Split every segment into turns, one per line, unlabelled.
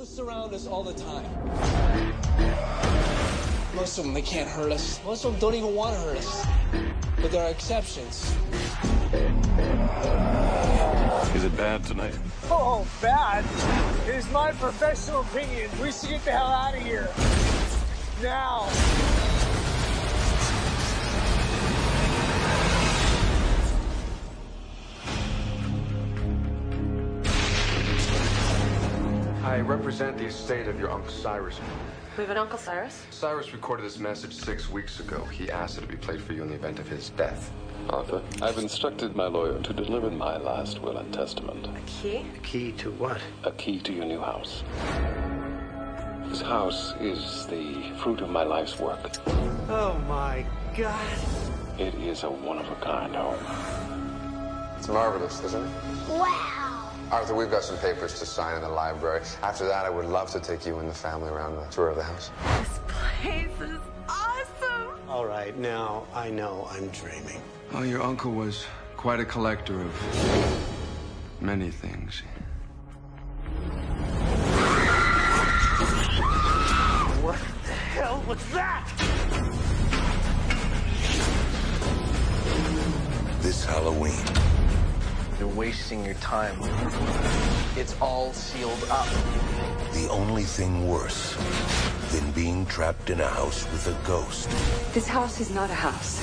It's around us all the time. Most of them, they can't hurt us. Most of them don't even want to hurt us. But there are exceptions.
Is it bad tonight?
Oh, bad. It is my professional opinion. We should get the hell out of here. Now.
I represent the estate of your Uncle Cyrus.
We have an Uncle Cyrus?
Cyrus recorded this message six weeks ago. He asked it to be played for you in the event of his death.
Arthur, I've instructed my lawyer to deliver my last will and testament.
A key?
Key to what?
A key to your new house. This house is the fruit of my life's work.
Oh my god.
It is a one of a kind home.
It's marvelous, isn't it?
Wow.
Arthur, we've got some papers to sign in the library. After that, I would love to take you and the family around a tour of the house.
This place is awesome!
All right, now I know I'm dreaming.
Oh, your uncle was quite a collector of many things.
What the hell was that?
This Halloween,
You're wasting your time. It's all sealed up.
the only thing worse than being trapped in a house with a ghost
This house is not a house.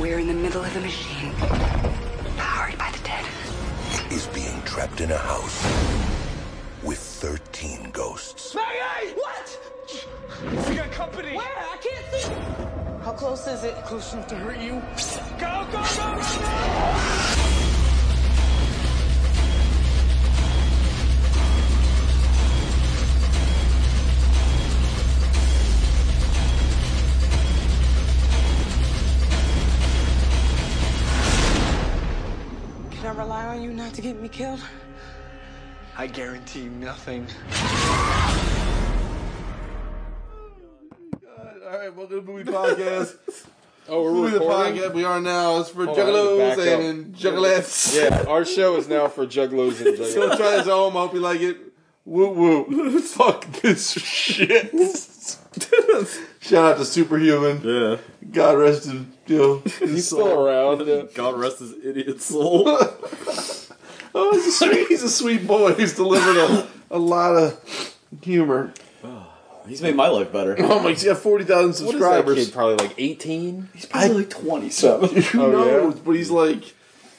We're in the middle of a machine, powered by the dead.
is being trapped in a house with 13 ghosts.
Maggie! What? We got company. Where? I can't see.
How close is it?
Close enough to hurt you. Go, go, go, go, go!
Can I rely on you not to get me killed?
I guarantee nothing.
All right, welcome to Movie Podcast.
Oh, we're
Movie the
recording.
Podcast. We are now. It's for
Hold on,
juggalos
back up.
and juggalettes.
Yeah, our show is now for juggalos and juggalettes.
so try this at home. I hope you like it. Woo woo. Fuck this shit. Shout out to Superhuman.
Yeah.
God rest his. You know,
He's still around.
God rest his idiot soul. oh, he's a, sweet, he's a sweet boy. He's delivered a, a lot of humor.
He's made my life better.
Oh my! He's got forty thousand
What is that
subscribers.
kid,
probably like eighteen.
He's probably like 27.
Who knows? But he's like,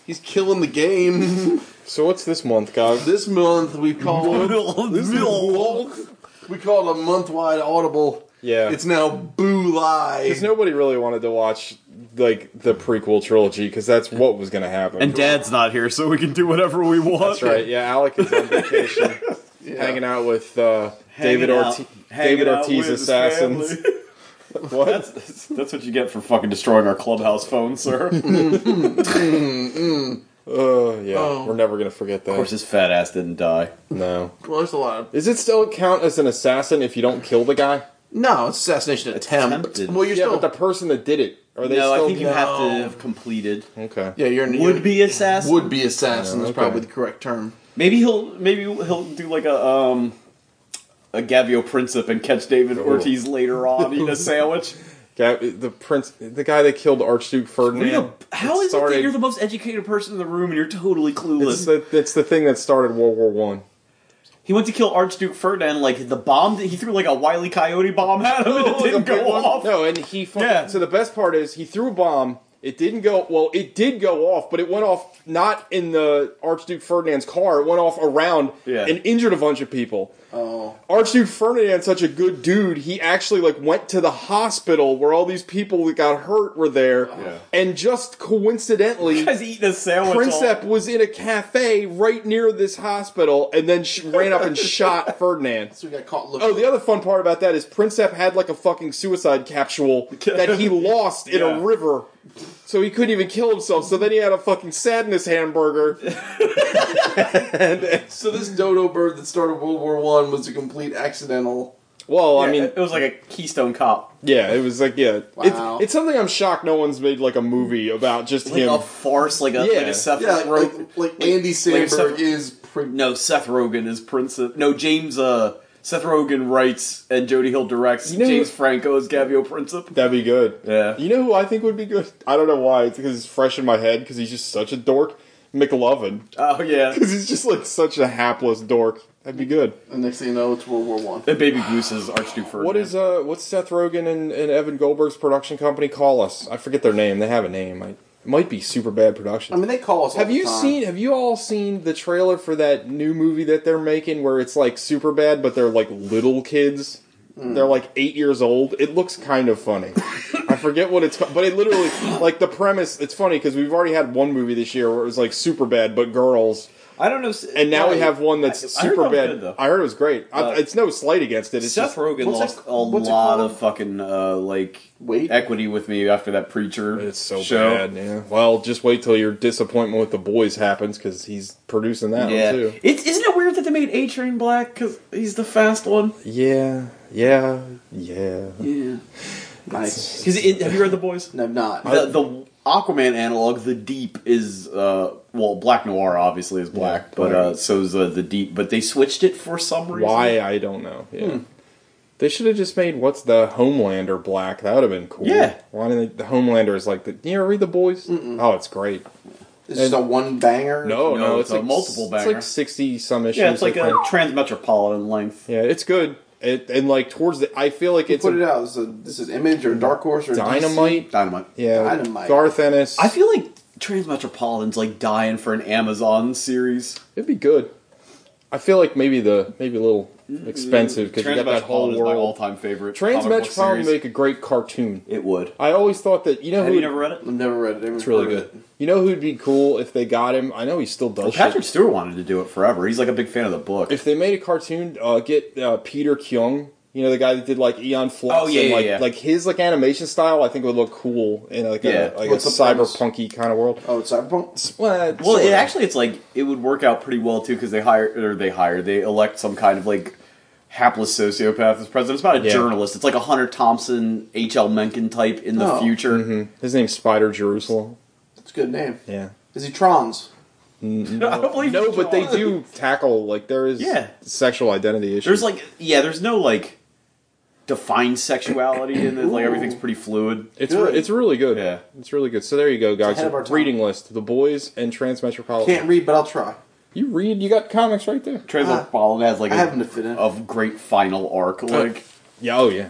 he's killing the game.
So what's this month, guys?
Uh, This month we call this month, we call it a month wide audible.
Yeah.
It's now Boo Lie.
Because nobody really wanted to watch like the prequel trilogy because that's what was going to happen.
And Dad's not here, so we can do whatever we want.
That's right. Yeah, Alec is on vacation, hanging out with uh, David Ortiz, David Ortiz assassins.
what? That's, that's, that's what you get for fucking destroying our clubhouse phone, sir.
Mm, Oh yeah,
Oh.
we're never going to forget that.
Of course, his fat ass didn't die.
No.
Well, there's a lot of
Is it still count as an assassin if you don't kill the guy?
No, it's assassination attempt. Well, you're
yeah,
still-
but the person that did it. Are they
no,
still
I think you have to have completed.
Okay.
Yeah, you're
would be assassin.
Would be assassin
Yeah,
is
okay.
probably the correct term.
Maybe he'll maybe he'll do like a um a Gavio Princip and catch David
Oh.
Ortiz later on eat a sandwich.
Guy, the prince, the guy that killed Archduke Ferdinand.
How is it
started-
that you're the most educated person in the room and you're totally
It's
clueless?
the, it's the thing that started World War One.
he went to kill Archduke Ferdinand like the bomb that he threw like a wily coyote bomb at him and
Oh,
it didn't go off.
No, and he. Fucking, So the best part is he threw a bomb. It didn't go well. It did go off, but it went off not in the Archduke Ferdinand's car. It went off around
Yeah.
and injured a bunch of people.
Oh,
Archduke Ferdinand's such a good dude. He actually like went to the hospital where all these people that got hurt were there, and just coincidentally,
Guys eating a sandwich. all-
Princep was in a cafe right near this hospital, and then she ran up and shot Ferdinand.
so we got caught looking.
Oh, the other fun part about that is Princep had like a fucking suicide capsule that he lost in
Yeah.
a river, so he couldn't even kill himself. So then he had a fucking sadness hamburger.
So this dodo bird that started World War One was a complete accidental. Well, I
Yeah,
mean,
it was like a Keystone Cop.
Yeah, it was like yeah.
Wow.
It's, it's something I'm shocked no one's made like a movie about just
Like
him.
a farce, like a like a Seth
Yeah, like-
Rogen.
like Andy Samberg
is no Seth Rogen is Prince. Of, no James. Uh, Seth Rogen writes and Jody Hill directs. James Franco is Gavio Princip.
That'd be good.
Yeah.
You know who I think would be good? I don't know why. It's because it's fresh in my head because he's just such a dork. McLovin.
Oh yeah.
Because he's just like such a hapless dork. That'd be good.
The next thing you know, it's World War One.
And Baby Goose is Archduke Ferdinand.
What is uh what's Seth Rogen and, and Evan Goldberg's production company call us? I forget their name. They have a name. I, it might be Super Bad Productions.
I mean, they call us. all
Have
the
you
time.
seen? Have you all seen the trailer for that new movie that they're making, where it's like super bad, but they're like little kids.
Mm.
They're like eight years old. It looks kind of funny. I forget what it's, ca- but it literally like the premise. It's funny because we've already had one movie this year where it was like super bad, but girls.
I don't know.
And now we
yeah,
have one that's
I- I heard
super
that was
bad.
good, though.
I heard it was great. I,
Uh,
it's no slight against it. It's
Seth
just,
Rogen lost a lot of fucking uh, like equity with me after that preacher. It's so show.
Bad, yeah. Well, just wait till your disappointment with the boys happens because he's producing that
yeah,
one too.
It, isn't it weird that they made A Train black because he's the fast one?
Yeah, yeah, yeah.
Yeah,
nice.
Because have you read the boys?
No, I've not.
The, the Aquaman analog, the Deep, is uh, well, Black Noir obviously is black, but uh, so is uh, the Deep. But they switched it for some reason.
Why I don't know. Yeah.
Hmm.
They should have just made what's the Homelander black. That would have been cool.
Yeah.
Why didn't they, the Homelander is like the? You ever read the boys? Oh, it's great.
Is this a one banger?
Oh, No, no,
No,
it's,
it's a
like
multiple
It's
banger.
like sixty some issues.
Yeah, it's like a
that.
transmetropolitan length.
yeah, it's good. It, and like towards the, I feel like
Who
it's
put
a-
it out? This is, this is Image or Dark Horse or
Dynamite?
Dynamite.
Yeah,
Dynamite.
Garth Ennis.
I feel like Transmetropolitan's like dying for an Amazon series.
It'd be good. I feel like maybe the maybe a little expensive because you got that whole
Mm, Transmetropolitan is
world.
my all-time favorite. comic book
Transmetropolitan
series.
would make a great cartoon.
It would.
I always thought that you know
Have
who
you never read it?
I've never read it.
It's really good. You know who'd be cool if they got him? I know he still does.
Well, Patrick Stewart wanted to do it forever. He's like a big fan of the book.
If they made a cartoon, uh, get uh, Peter Kyung. You know the guy that did like Eon Flux.
Oh, yeah,
and,
yeah,
like,
yeah.
like his like animation style, I think would look cool in like
Yeah.
a like
What's
a
the premise?
cyberpunky kind of world.
Oh, it's cyberpunk.
Well,
Well,
sort
it
of.
actually it's like it would work out pretty well too because they hire or they hire they elect some kind of like hapless sociopath as president. It's not a
Yeah.
journalist. It's like a Hunter Thompson, H. L. Mencken type in the
Oh.
future.
Mhm. His name's Spider Jerusalem.
It's a good name.
Yeah.
Is he Trons?
No, no but they do tackle like there is
Yeah.
sexual identity issues.
There's like yeah, there's no like defined sexuality in it. Like everything's pretty fluid.
It's re- it's really good.
Yeah,
it's really good. So there you go, guys.
ahead of our time.
Reading list: The Boys and Transmetropolitan.
Can't read, but I'll try.
You read. You got comics right there.
Ah,
Transmetropolitan has like
I
a
happen to fit in.
of great final arc. Like
Uh, Yeah. Oh yeah.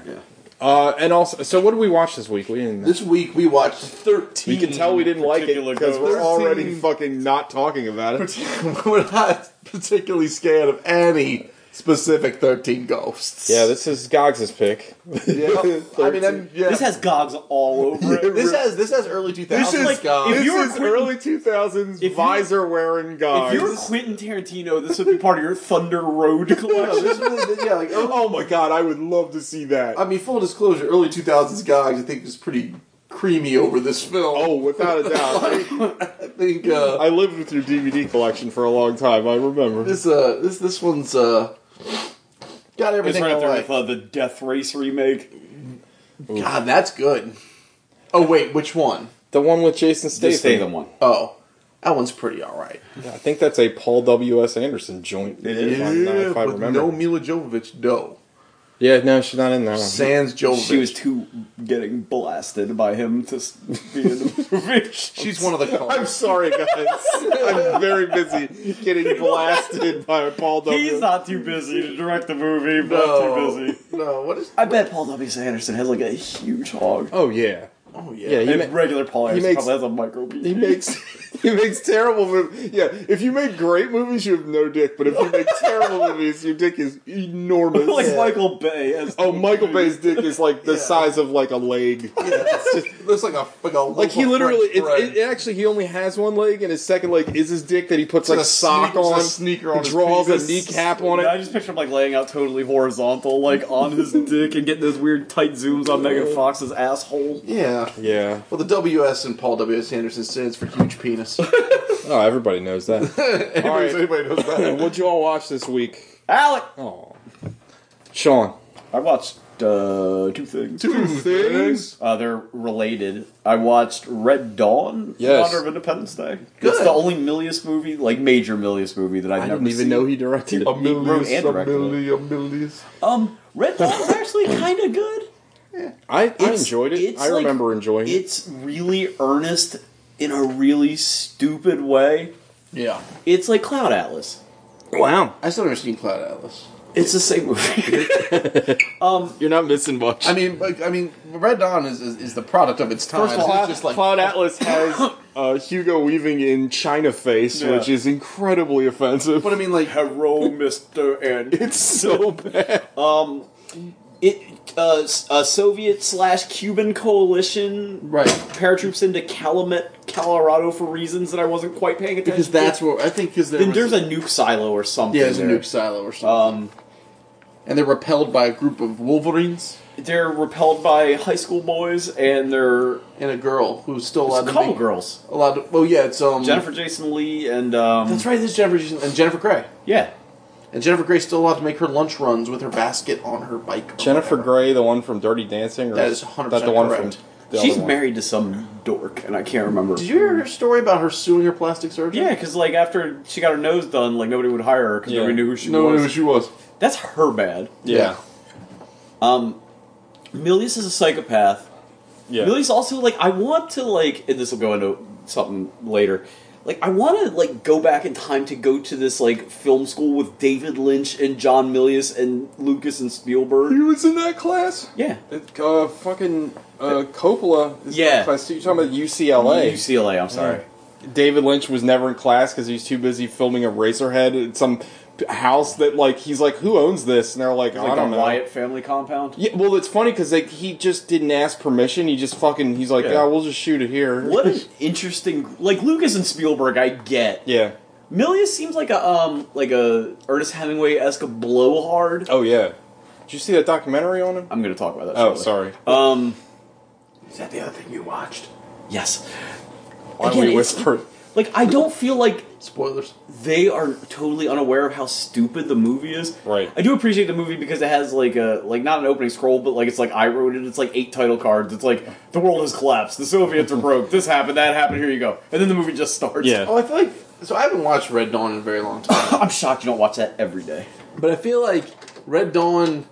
Uh, and also, so what did we watch this week? We didn't.
This week we watched thirteen.
we can tell we didn't like it because we're
13.
already fucking not talking about it.
We're not particularly scared of any specific 13 ghosts.
Yeah, this is Gogs' pick.
Yeah. I mean, I'm, yeah.
this has gogs all over it.
This has this has early 2000s
This is-
gods.
if you were
This is
Quentin-
early 2000s
Visor wearing Gogs.
If you were Quentin Tarantino, this would be part of your Thunder Road
No,
collection.
this was- yeah, like, early-
oh my god, I would love to see that.
I mean, full disclosure, early 2000s Gogs, I think, was pretty creamy over this film.
Oh, without a doubt.
I think uh,
I lived with your DVD collection for a long time. I remember.
this uh, this this one's uh, got
It's
everything.
right
I
up there
like.
with uh, the Death Race remake.
God, that's good. Oh wait, which one?
The one with Jason Statham.
Statham one.
Oh, that one's pretty all right.
Yeah, I think that's a Paul W. S. Anderson joint. It
Yeah,
If I, if I
with
remember.
no Mila Jovovich, no.
yeah, no, she's not in that one.
Sans Jovovich.
She was too getting blasted by him to s- be in the movie.
She's one of the cars.
I'm sorry, guys. I'm very busy getting blasted by Paul W.
He's not too busy to direct the movie, but
No.
too busy.
No, what is?
I bet Paul W. S. Anderson has like a huge hog.
oh yeah,
Oh
Yeah, he
and
ma-
regular Paul
he
Anderson
makes-
probably has a micro penis.
he makes he makes terrible movies. Yeah, if you make great movies, you have no dick. But if you make terrible movies, your dick is enormous.
like Michael Bay. As
Oh, Michael Bay's dick is like the
Yeah.
size of like a leg.
It looks like a like a
Like he
loaf of
literally,
French
it,
bread.
it, it actually he only has one leg, and his second leg is his dick that he
It's
puts like
a
a sock
sneak- it's a
on,
sneaker on his
draws a
penis.
kneecap on
Yeah, I
it.
just picture him like laying out totally horizontal, like on his dick, and getting those weird tight zooms on Megan Fox's asshole.
yeah.
Yeah,
Well, the WS and Paul W S Anderson stands for huge penis.
oh, everybody knows that.
anybody,
All right.
anybody knows that?
What'd you all watch this week,
Alec,
Oh, Sean?
I watched uh, two things.
Two things?
Uh, they're related. I watched Red Dawn.
Yes.
In honor of Independence Day. It's the only Milius movie, like major Milius movie that I've
I
never
didn't even
seen.
know he directed
He
it. A
wrote and directed it. Um, Red Dawn's actually kind of good.
I, I
It's-
enjoyed it.
it's
I
like-
remember enjoying it.
It's really earnest in a really stupid way.
Yeah.
It's like Cloud Atlas.
Wow.
I still never seen Cloud Atlas.
It's the same movie. um,
You're not missing much.
I mean, like, I mean, Red Dawn is, is, is the product of its time.
First of all,
it's just like
Cloud Atlas has uh, Hugo Weaving in China Face,
Yeah.
which is incredibly offensive.
But I mean, like,
hello, Mister N.
It's so bad.
Um, it uh, s- a Soviet slash Cuban coalition
right
paratroops into Calumet, Colorado for reasons that I wasn't quite paying attention.
because that's
to.
what I think. Because there
then
was-
there's a nuke silo or something.
yeah, there's a
there.
nuke silo or
Um,
something. and they're repelled by a group of Wolverines.
They're repelled by high school boys and they're
and a girl who's still allowed
It's
to
couple
make
girls.
allowed. To, well, yeah, it's um
Jennifer Jason Lee and um,
That's right. This is Jennifer Jason- and Jennifer Grey.
Yeah,
and Jennifer Grey's still allowed to make her lunch runs with her basket on her bike.
Jennifer Grey, the one from Dirty Dancing, or
That
is
is 100%
that the one
correct.
from? The
She's
other one?
married to some dork, and I can't remember.
Did you hear her story about her suing her plastic surgeon?
Yeah, because like after she got her nose done, like nobody would hire her because
Yeah.
nobody knew who she
Nobody
was.
knew who she was.
That's her bad.
Yeah.
Um, Milius is a psychopath.
Yeah.
Milius also like I want to like, and this will go into something later. Like I want to like go back in time to go to this like film school with David Lynch and John Milius and Lucas and Spielberg.
He was in that class.
Yeah.
Uh, fucking uh, Coppola. Is
Yeah.
that Class. You're talking about UCLA.
UCLA. I'm sorry.
David Lynch was never in class because he's too busy filming a Razorhead at some p- house that like he's like, who owns this? And they're like,
Like
I don't
the
know.
Wyatt family compound.
Yeah, well, it's funny because like he just didn't ask permission. He just fucking he's like,
Yeah.
yeah, we'll just shoot it here.
What an interesting like Lucas and Spielberg. I get.
Yeah.
Milius seems like a um like a Ernest Hemingway esque blowhard.
Oh yeah. Did you see that documentary on him?
I'm gonna talk about that.
Oh,
shortly. Um,
Is that the other thing you watched?
yes.
Why don't
Again,
we
it's-
whisper?
Like I don't feel like
spoilers.
They are totally unaware of how stupid the movie is.
Right.
I do appreciate the movie because it has like a like not an opening scroll, but like it's like I wrote it. It's like eight title cards. It's like the world has collapsed. The Soviets are broke. This happened. That happened. Here you go. And then the movie just starts.
Oh, I feel like so. I haven't watched Red Dawn in a very long time,
I'm shocked you don't watch that every day.
but I feel like Red Dawn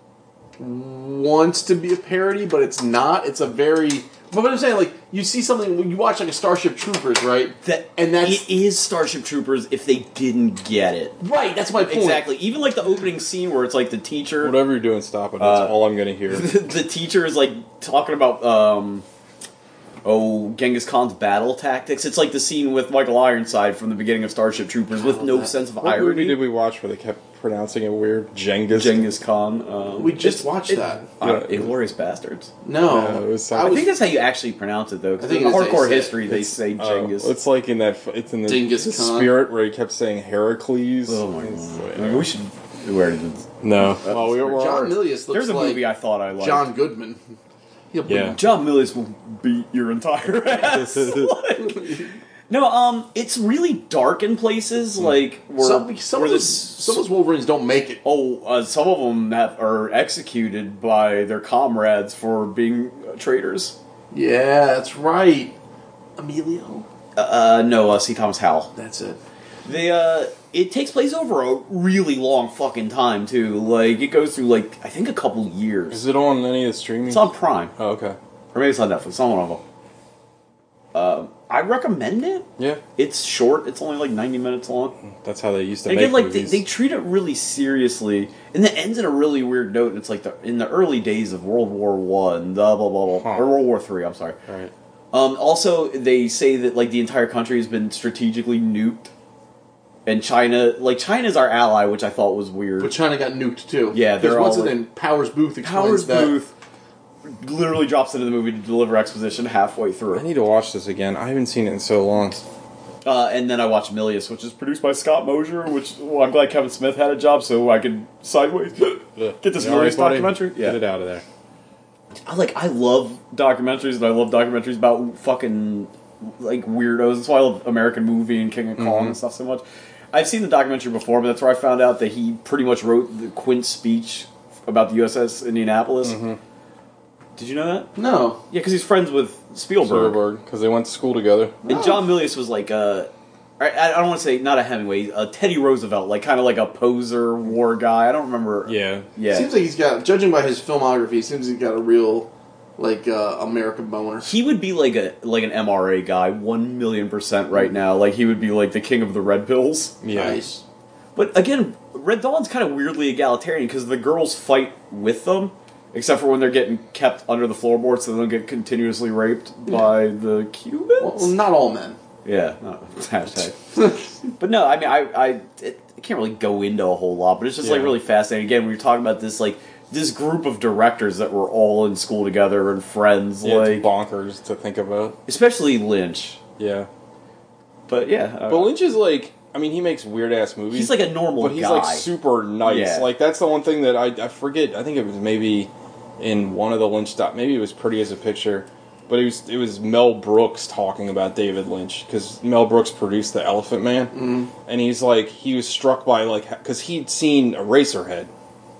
wants to be a parody, but it's not. It's a very. But what I'm saying, like, you see something when you watch like a Starship Troopers, right?
That
and that's
it is Starship Troopers if they didn't get it.
Right, that's my point.
Exactly. Even like the opening scene where it's like the teacher
Whatever you're doing, stop it. That's
Uh,
all I'm gonna hear.
the teacher is like talking about um oh Genghis Khan's battle tactics. It's like the scene with Michael Ironside from the beginning of Starship Troopers with no sense of
what
irony.
movie did we watch where they kept pronouncing it weird? Genghis.
Genghis Khan. Um,
We just
it's-
watched
it-
that.
Uh, Inglorious Bastards.
No.
No, it was
I,
something-
think that's how you actually pronounce it though.
I
Because
think
in
it is-
hardcore
they say-
history, they
it's-
say
oh,
Genghis.
it's like in that. It's in the,
Genghis
the
Khan.
spirit where he kept saying Heracles.
Oh my
It's
god!
like-
Maybe we should. Where did
No. Well, we were-
John Milius looks
There's a
like
movie I thought I liked.
John Goodman. He'll be-
Yeah.
John Milius will beat your entire ass. Like- no, um, it's really dark in places.
Hmm.
Like where
Some- some
where
of
the
those- some of those Wolverines don't make it.
Oh, uh, some of them that are executed by their comrades for being uh, traitors.
Yeah, that's right. Emilio.
Uh, no, uh, C. Thomas Howell.
That's it.
They uh, it takes place over a really long fucking time too. Like it goes through like I think a couple years.
Is it on any of the streaming?
It's on Prime.
Oh, okay.
Or maybe it's on Netflix. On one of them. Uh, I recommend it.
Yeah.
It's short. It's only like ninety minutes long.
That's how they used to
And
make
again, like they,
movies.
they treat it really seriously, and it ends in a really weird note. And it's like the, in the early days of World War One, the blah blah blah, or World War Three. I'm sorry.
Right.
Um, also, they say that like the entire country has been strategically nuked, and China, like China's our ally, which I thought was weird.
But China got nuked too.
Yeah,
there's
they're
what's
all
it
like-
in Powers Booth. Explains
Powers
that.
Booth literally drops into the movie to deliver exposition halfway through.
I need to watch this again. I haven't seen it in so long.
Uh, and then I watched Milius, which is produced by Scott Mosier, which well, I'm glad Kevin Smith had a job so I could sideways get this
All right,
Milius
buddy,
documentary.
Get it out of there.
I like I love documentaries and I love documentaries about fucking like weirdos. That's why I love American Movie and King of Kong
Mhm.
and stuff so much. I've seen the documentary before, but that's where I found out that he pretty much wrote the Quint speech
about the USS Indianapolis. Did you know that?
No.
Yeah, because he's friends with Spielberg.
Spielberg, because they went to school together.
Oh.
And John Milius was like a. I I don't want to say not a Hemingway, a Teddy Roosevelt, like kind of like a poser war guy. I don't remember.
Yeah,
yeah.
Seems like he's got, judging by his filmography, it seems he's got a real like uh, American boner.
he would be like a like an MRA guy, one million percent
Mm.
right now. Like he would be like the king of the red pills.
Yeah.
Nice.
But again, Red Dawn's kind of weirdly egalitarian because the girls fight with them, except for when they're getting kept under the floorboards, so they don't get continuously raped by the Cubans.
Well, not all men.
Yeah, not hashtag. but no, I mean, I I, it, I can't really go into a whole lot, but it's just like
Yeah.
really fascinating. Again, we were talking about this like this group of directors that were all in school together and friends,
Yeah,
like
it's bonkers to think about.
especially Lynch.
Yeah.
But yeah, uh,
but Lynch is like, I mean, he makes weird ass movies.
He's like a normal
but he's
guy.
like super nice.
Yeah.
Like that's the one thing that I, I forget. I think it was maybe in one of the Lynch doc. Maybe it was Pretty as a Picture, but it was it was Mel Brooks talking about David Lynch because Mel Brooks produced The Elephant Man, and he's like he was struck by like because he'd seen Eraserhead,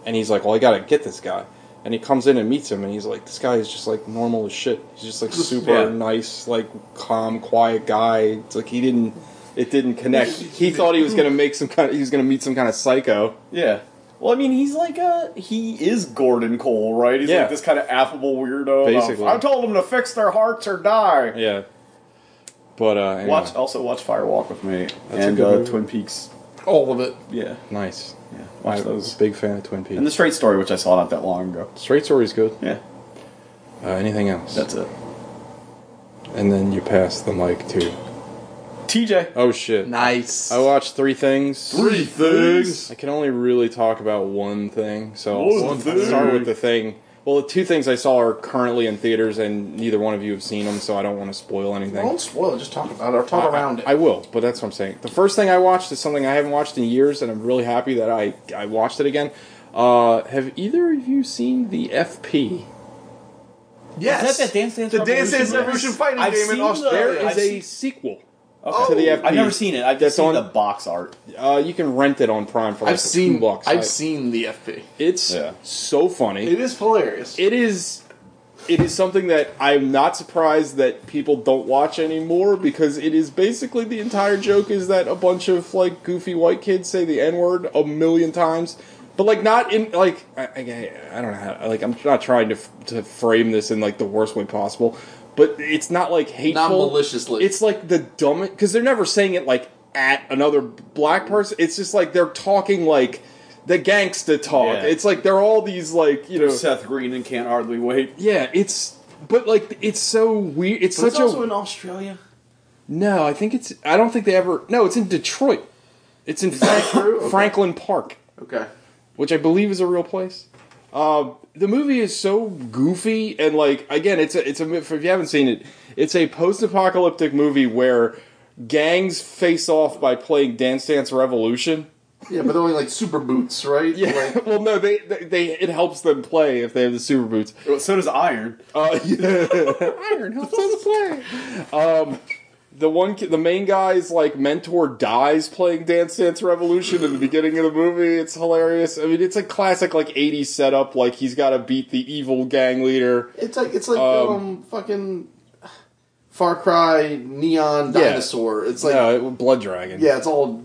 and he's like, well, I got to get this guy. And he comes in and meets him, and he's like, "This guy is just like normal as shit. He's just like super
Yeah.
nice, like calm, quiet guy. It's like he didn't, it didn't connect. He thought he was gonna make some kind, of, he was gonna meet some kind of psycho.
yeah. Well, I mean, he's like a he is Gordon Cole, right? He's
Yeah.
like this kind of affable weirdo. of,
Basically.
I told them to fix their hearts or die.
Yeah, but uh, anyway.
Watch also watch Fire Walk with me
That's a
and
good
uh,
movie.
Twin Peaks.
All of it.
Yeah,
nice.
Yeah, watch
I'm
those.
a big fan of Twin Peaks.
And the Straight Story, which I saw not that long ago.
Straight Story's good.
Yeah.
Uh, anything else?
That's it.
And then you pass the mic to
TJ.
Oh shit.
Nice.
I watched three things.
Three things?
I can only really talk about one thing, so I'll
One
s-
thing.
start with the thing. Well, the two things I saw are currently in theaters, and neither one of you have seen them, so I don't want to spoil anything.
Don't spoil it. Just talk about it or talk
I-
around it.
I will, but that's what I'm saying. The first thing I watched is something I haven't watched in years, and I'm really happy that I I watched it again. Uh, have either of you seen the FP?
Yes.
Is that that Dance Dance
the
Revolution?
Dance Dance
Yes.
Revolution fighting
I've
game
seen
in
the-
Australia. Is
I've
a-
seen-
Sequel
Oh.
to the FP.
I've never seen it. I've just
That's
seen
on-
the box art.
Uh, you can rent it on Prime for like
I've seen.
two bucks.
I've
I-
seen the FP.
It's
Yeah.
so funny.
It is hilarious.
It is. It is something that I'm not surprised that people don't watch anymore because it is basically the entire joke is that a bunch of like goofy white kids say the n word a million times, but like not in like I, I, I don't know how like I'm not trying to f- to frame this in like the worst way possible, but it's not like hateful,
maliciously.
It's like the dumbest because they're never saying it like at another black person. It's just like they're talking like the gangsta talk.
Yeah.
It's like they're all these like you know
Seth Green and Can't Hardly Wait.
yeah, it's but like it's so weird. It's
But it's
such
also
a
in Australia.
no. I think it's. I don't think they ever. No, it's in Detroit. It's in Frank,
true? Okay.
Franklin Park,
Okay.
which I believe is a real place. Uh, the movie is so goofy and like again, it's a it's a if you haven't seen it, it's a post apocalyptic movie where gangs face off by playing Dance Dance Revolution.
Yeah, but they're only like super boots, right?
Yeah.
Like,
Well, no, they, they they it helps them play if they have the super boots.
So does Iron.
Uh, Iron helps us play. Um, the one, ki- the main guy's like mentor dies playing Dance Dance Revolution in the beginning of the movie. It's hilarious. I mean, it's a classic like '80s setup. Like he's got to beat the evil gang leader.
it's like it's like
Um,
um, fucking Far Cry Neon
Yeah.
Dinosaur. It's like
no, it- Blood Dragon.
yeah, it's all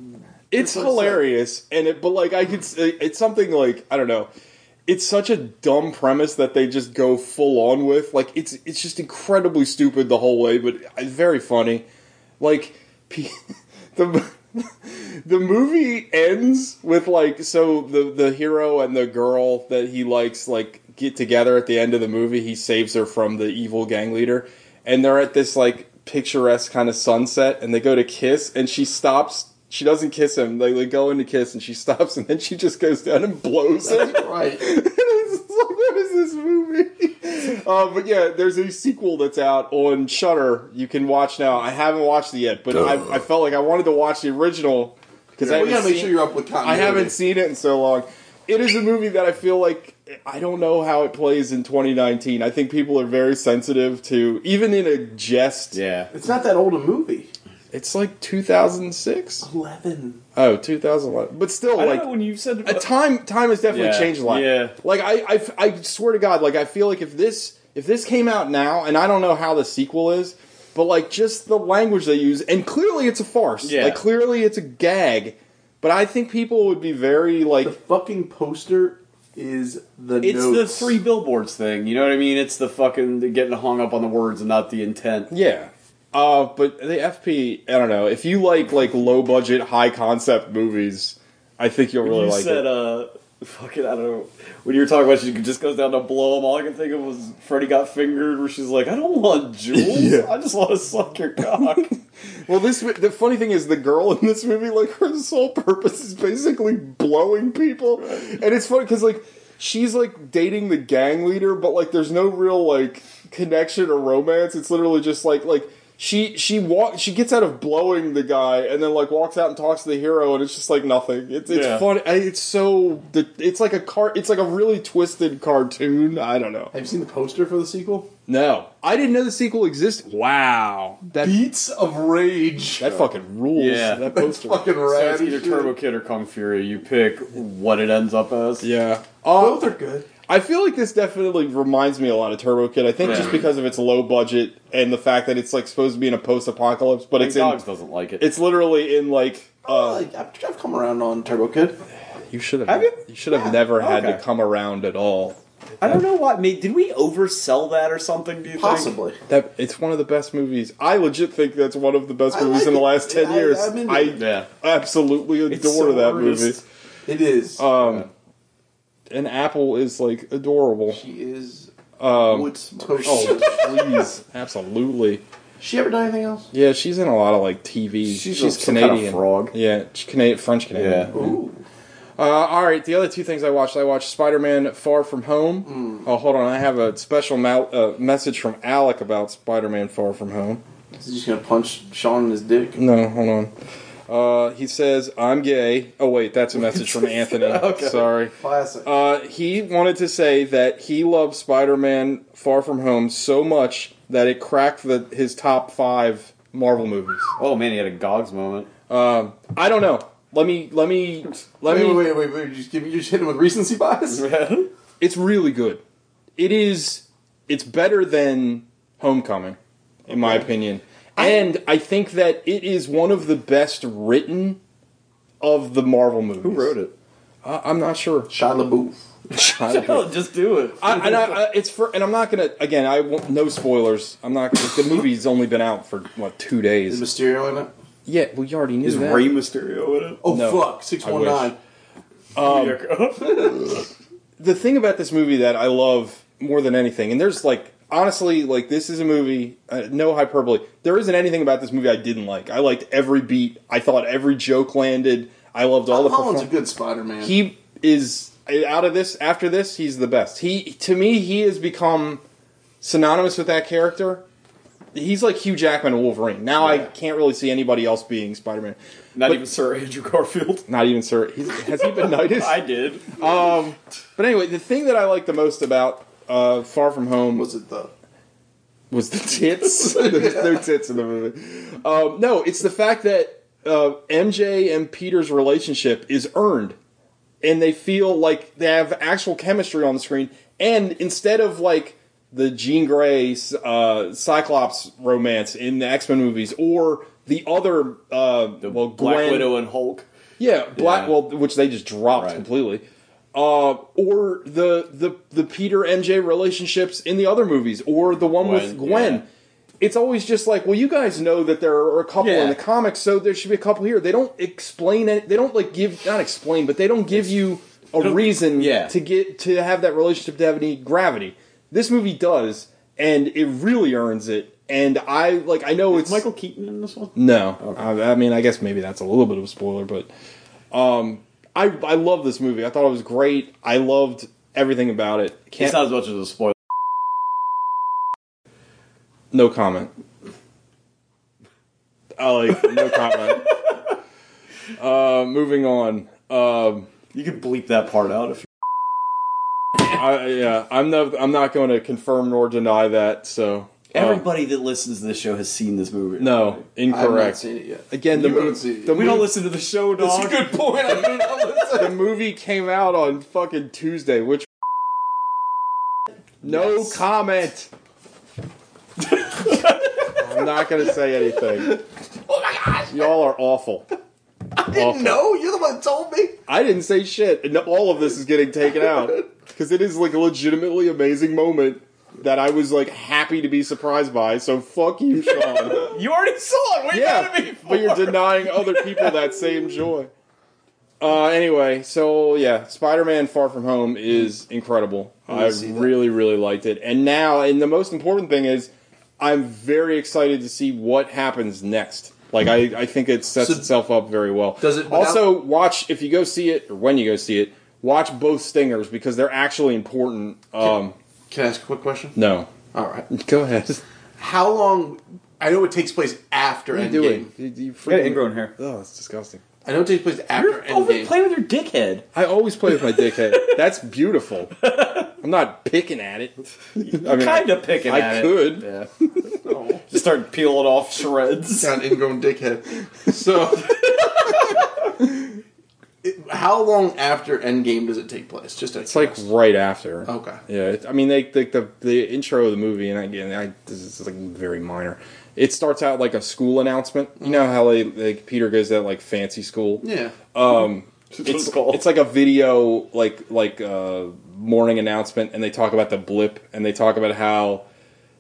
it's
It's like-
hilarious, and it. But like, I could. s- It's something like I don't know. It's such a dumb premise that they just go full on with. Like, it's it's just incredibly stupid the whole way, but it's very funny. Like, pe- the the movie ends with like so the the hero and the girl that he likes like get together at the end of the movie. He saves her from the evil gang leader, and they're at this like picturesque kind of sunset, and they go to kiss, and she stops. She doesn't kiss him. They, they go in to kiss, and she stops, and then she just goes down and blows him.
right.
It's just like, what is this movie? Uh, but yeah, there's a sequel that's out on Shutter. You can watch now. I haven't watched it yet, but I, I felt like I wanted to watch the original because I
we
haven't
gotta make
seen-
sure you're up with continuity.
I haven't seen it in so long. It is a movie that I feel like I don't know how it plays in 2019. I think people are very sensitive to even in a jest.
Yeah.
It's not that old a movie. It's like 2006?
11.
Oh, 2011. But still,
I don't
like
know when you said
a time time has definitely
Yeah,
changed a lot.
yeah.
Like I, I f- I swear to God, like I feel like if this if this came out now, and I don't know how the sequel is, but like just the language they use, and clearly it's a farce.
Yeah.
Like clearly it's a gag. But I think people would be very like the
fucking poster is the
It's the
notes.
three billboards thing. You know what I mean? It's the fucking the getting hung up on the words and not the intent.
Yeah. Uh, but the FP, I don't know. If you like like low budget, high concept movies, I think you'll really
you
like
said,
it.
uh, fucking, I don't know. When you were talking about she just goes down to blow him, all I can think of was Freddie got fingered, where she's like, I don't want jewels. I just want to suck your cock.
well, this the funny thing is the girl in this movie, like her sole purpose is basically blowing people, and it's funny because like she's like dating the gang leader, but like there's no real like connection or romance. It's literally just like like. She she walk she gets out of blowing the guy and then like walks out and talks to the hero and it's just like nothing. It's it's
Yeah.
funny. I- It's so the- it's like a car. It's like a really twisted cartoon. I don't know.
Have you seen the poster for the sequel?
No, I didn't know the sequel existed. Wow, that
Beats of Rage.
That fucking rules.
Yeah.
that poster.
so it's either Turbo Kid or Kung Fury. You pick what it ends up as.
Yeah.
Both are good.
I feel like this definitely reminds me a lot of Turbo Kid. I think
Yeah.
just because of its low budget and the fact that it's like supposed to be in a post-apocalypse, but
And
it's
Gogs
in,
doesn't like it.
It's literally in like. Uh,
I've, I've come around on Turbo Kid.
You should have. you? should have never had
Okay.
to come around at all.
I don't know why. Mate, did we oversell that or something? Do you
Possibly.
think?
That it's one of the best movies. I legit think that's one of the best
I
movies
like
in the
it.
last ten
I-
years.
I'm into
I
it.
absolutely adore
It's so
that
earnest.
movie.
It is.
Um, and Apple is like adorable. She
is.
Um,
wood smart.
oh, please, absolutely.
She ever done anything else?
Yeah, she's in a lot of like TV.
She's
She's,
a- some kind of
Canadian. frog. Yeah, she's Canadian, French Canadian. Yeah. Uh, all right. The other two things I watched, I watched Spider Man Far From Home. Oh, hold on. I have a special mal- uh, message from Alec about Spider Man Far From Home.
Is he just gonna punch Sean in his dick?
No, hold on. Uh, he says, I'm gay. Oh, wait, that's a message from Anthony.
Okay.
Sorry.
Classic.
Uh, he wanted to say that he loved Spider Man Far From Home so much that it cracked the, his top five Marvel movies.
Oh, man, he had a Gogs moment.
Um, I don't know. Let me, let me, let
wait,
me.
wait, wait, wait, wait. You just, give, you just hit him with recency bias?
It's really good. It is. It's better than Homecoming, in my opinion, and I think that it is one of the best written of the Marvel movies. Who wrote
it?
Uh, I'm not sure.
Shia LaBeouf.
Shia LaBeouf.
just do it.
I, and I, I, it's for, and I'm not gonna. Again, I won't, no spoilers. I'm not. The movie's only been out for what two days.
Is Mysterio in it?
Yeah, well, you already knew
Is
that.
Rey Mysterio in it?
Oh,
No,
fuck.
I
619.
wish. Um, the thing about this movie that I love more than anything, and there's like honestly, like this is a movie, uh, no hyperbole. There isn't anything about this movie I didn't like. I liked every beat. I thought every joke landed. I loved all the.
Holland's a
perform-
good Spider Man.
He is out of this. After this, he's the best. He to me, he has become synonymous with that character. He's like Hugh Jackman and Wolverine. Now I can't really see anybody else being Spider Man.
Not even Sir Andrew Garfield.
Not even Sir. he's- Has he been knighted?
I did.
Um, but anyway, the thing that I like the most about uh, Far From Home was
it the
was the tits. There's no tits in the movie. Um, no, it's the fact that uh, MJ and Peter's relationship is earned, and they feel like they have actual chemistry on the screen. And instead of like the Jean Grey uh, Cyclops romance in the X Men movies, or the other uh, well,
Black
Gwen-
Widow and Hulk.
yeah, Black.
Yeah.
Well, which they just dropped completely. Uh, or the the the Peter MJ relationships in the other movies, or the one with
Gwen,
Gwen. It's always just like, well, you guys know that there are a couple in the comics, so there should be a couple here. They don't explain it. They don't like give not explain, but they don't give you a reason to get to have that relationship to have any gravity. This movie does, and it really earns it. And I like I know it's
Michael Keaton in this one?
no, I, I mean, I guess maybe that's a little bit of a spoiler, but um, I I love this movie. I thought it was great. I loved everything about it.
It's not as much as a spoiler.
No comment. I like no comment. uh, moving on. Um,
you can bleep that part out if.
I, yeah, I'm no, I'm not going to confirm nor deny that. So
Everybody that listens to this show has seen this movie.
No, incorrect. Again, the,
You
mo-
haven't seen it yet.
the
We don't listen to the show,
That's
dog.
a good point. I do not listen. the movie came out on fucking Tuesday, which no comment. I'm not going to say anything.
Oh my gosh!
Y'all are awful.
I didn't
Awful.
know. You're the one that told me.
I didn't say shit, and all of this is getting taken out because it is like a legitimately amazing moment that I was like happy to be surprised by. So fuck you, Sean.
You already saw it. What
yeah, but you're denying other people that same joy. Uh, anyway, so yeah, Spider-Man: Far From Home is incredible.
I
I
wanna see that.
really, really liked it. And now, and the most important thing is, I'm very excited to see what happens next. Like, I, I think it sets itself up very well. Does it also watch if you go see it or when you go see it? Watch both stingers because they're actually important. Um,
Can I ask a quick question?
no,
All right.
go ahead.
How long? I know it takes place after
What are you
Endgame.
doing? You, you freaking-
ingrown hair.
Oh, it's disgusting.
I know it takes place after Endgame.
Play with your dickhead.
I always play with my dickhead. That's beautiful. I'm not picking at it. I mean,
kind of picking
I
at it.
could.
Yeah. Just start peeling off shreds.
Sound ingrown dickhead. So, It- how long after Endgame does it take place? Just a
It's like right after.
Okay.
Yeah. It, I mean, they, they the the intro of the movie, and again, I, this is like very minor. It starts out like a school announcement. You know how they like Peter goes to that like fancy school.
Yeah.
Um,
what it's
it's, it's like a video, like like uh, morning announcement, and they talk about the blip, and they talk about how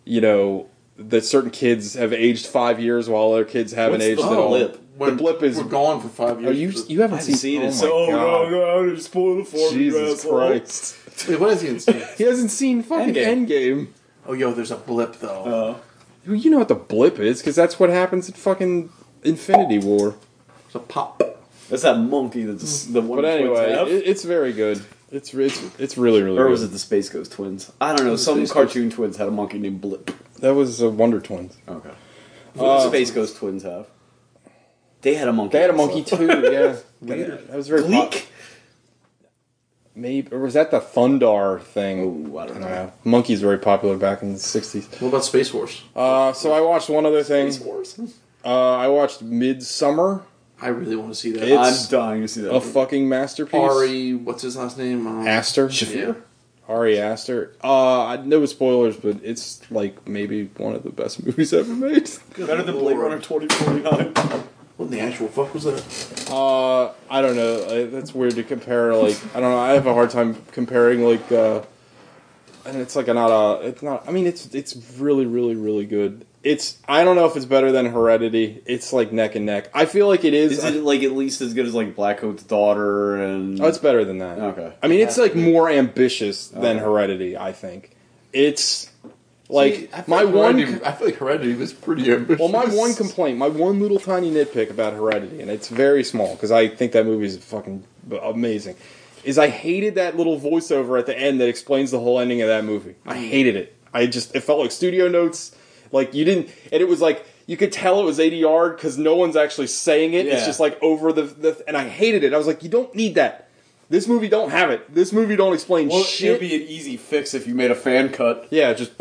you know that certain kids have aged five years while other kids haven't aged at all.
When
the blip is
we're gone for five years.
Are you- you haven't I've seen- seen it. oh my So, God.
no, no, spoil it for
Jesus Christ.
Wait, what has he seen?
he hasn't seen fucking Endgame.
Endgame. Oh, yo, there's a blip
Uh-huh.
though.
Well, You know what the blip is, because that's what happens at fucking Infinity War.
It's a pop.
That's that monkey that's the one.
But
twins
anyway,
have.
it, it's very good. It's it's it's really really.
or
good.
was it the Space Ghost twins? I don't know.
The
Some
Space
cartoon twins had a monkey named Blip.
That was the Wonder Twins.
Okay. What
Uh,
the Space Ghost twins have? They had a monkey.
They had a
also.
monkey too. Yeah, that was very
Gleek.
pop- Maybe or was that the Thundar thing?
I don't
know. Monkeys were very popular back in the sixties.
What about Space Force?
Uh, so I watched one other thing. Uh, I watched Midsummer.
I really want to see that.
It's
I'm dying to see that.
a fucking masterpiece.
Ari, what's his last name? Um,
Aster.
Yeah.
Ari Aster. Uh, I know it's spoilers, but it's like maybe one of the best movies ever made.
Better than Blade Runner 2049.
What in the actual fuck was that?
Uh, I don't know. I- That's weird to compare. Like, I don't know. I have a hard time comparing. Like, uh, and it's like a, not a. It's not. I mean, it's it's really, really, really good. It's. I don't know if it's better than Heredity. It's like neck and neck. I feel like it is.
Is it like at least as good as like Black Hood's daughter and?
Oh, it's better than that.
Okay.
I mean, it's like more ambitious than
Okay.
Heredity. I think it's like my one.
Heredity, I feel like Heredity was pretty ambitious.
Well, my one complaint, my one little tiny nitpick about Heredity, and it's very small because I think that movie is fucking b- amazing, is I hated that little voiceover at the end that explains the whole ending of that movie. I hated it. I just it felt like studio notes. Like you didn't, and it was like you could tell it was ADR because no one's actually saying it. It's
Yeah.
just like over the, the and I hated it. I was like, you don't need that. This movie don't have it. This movie don't explain
Well,
shit.
it'd be an easy fix if you made a fan cut.
Yeah, just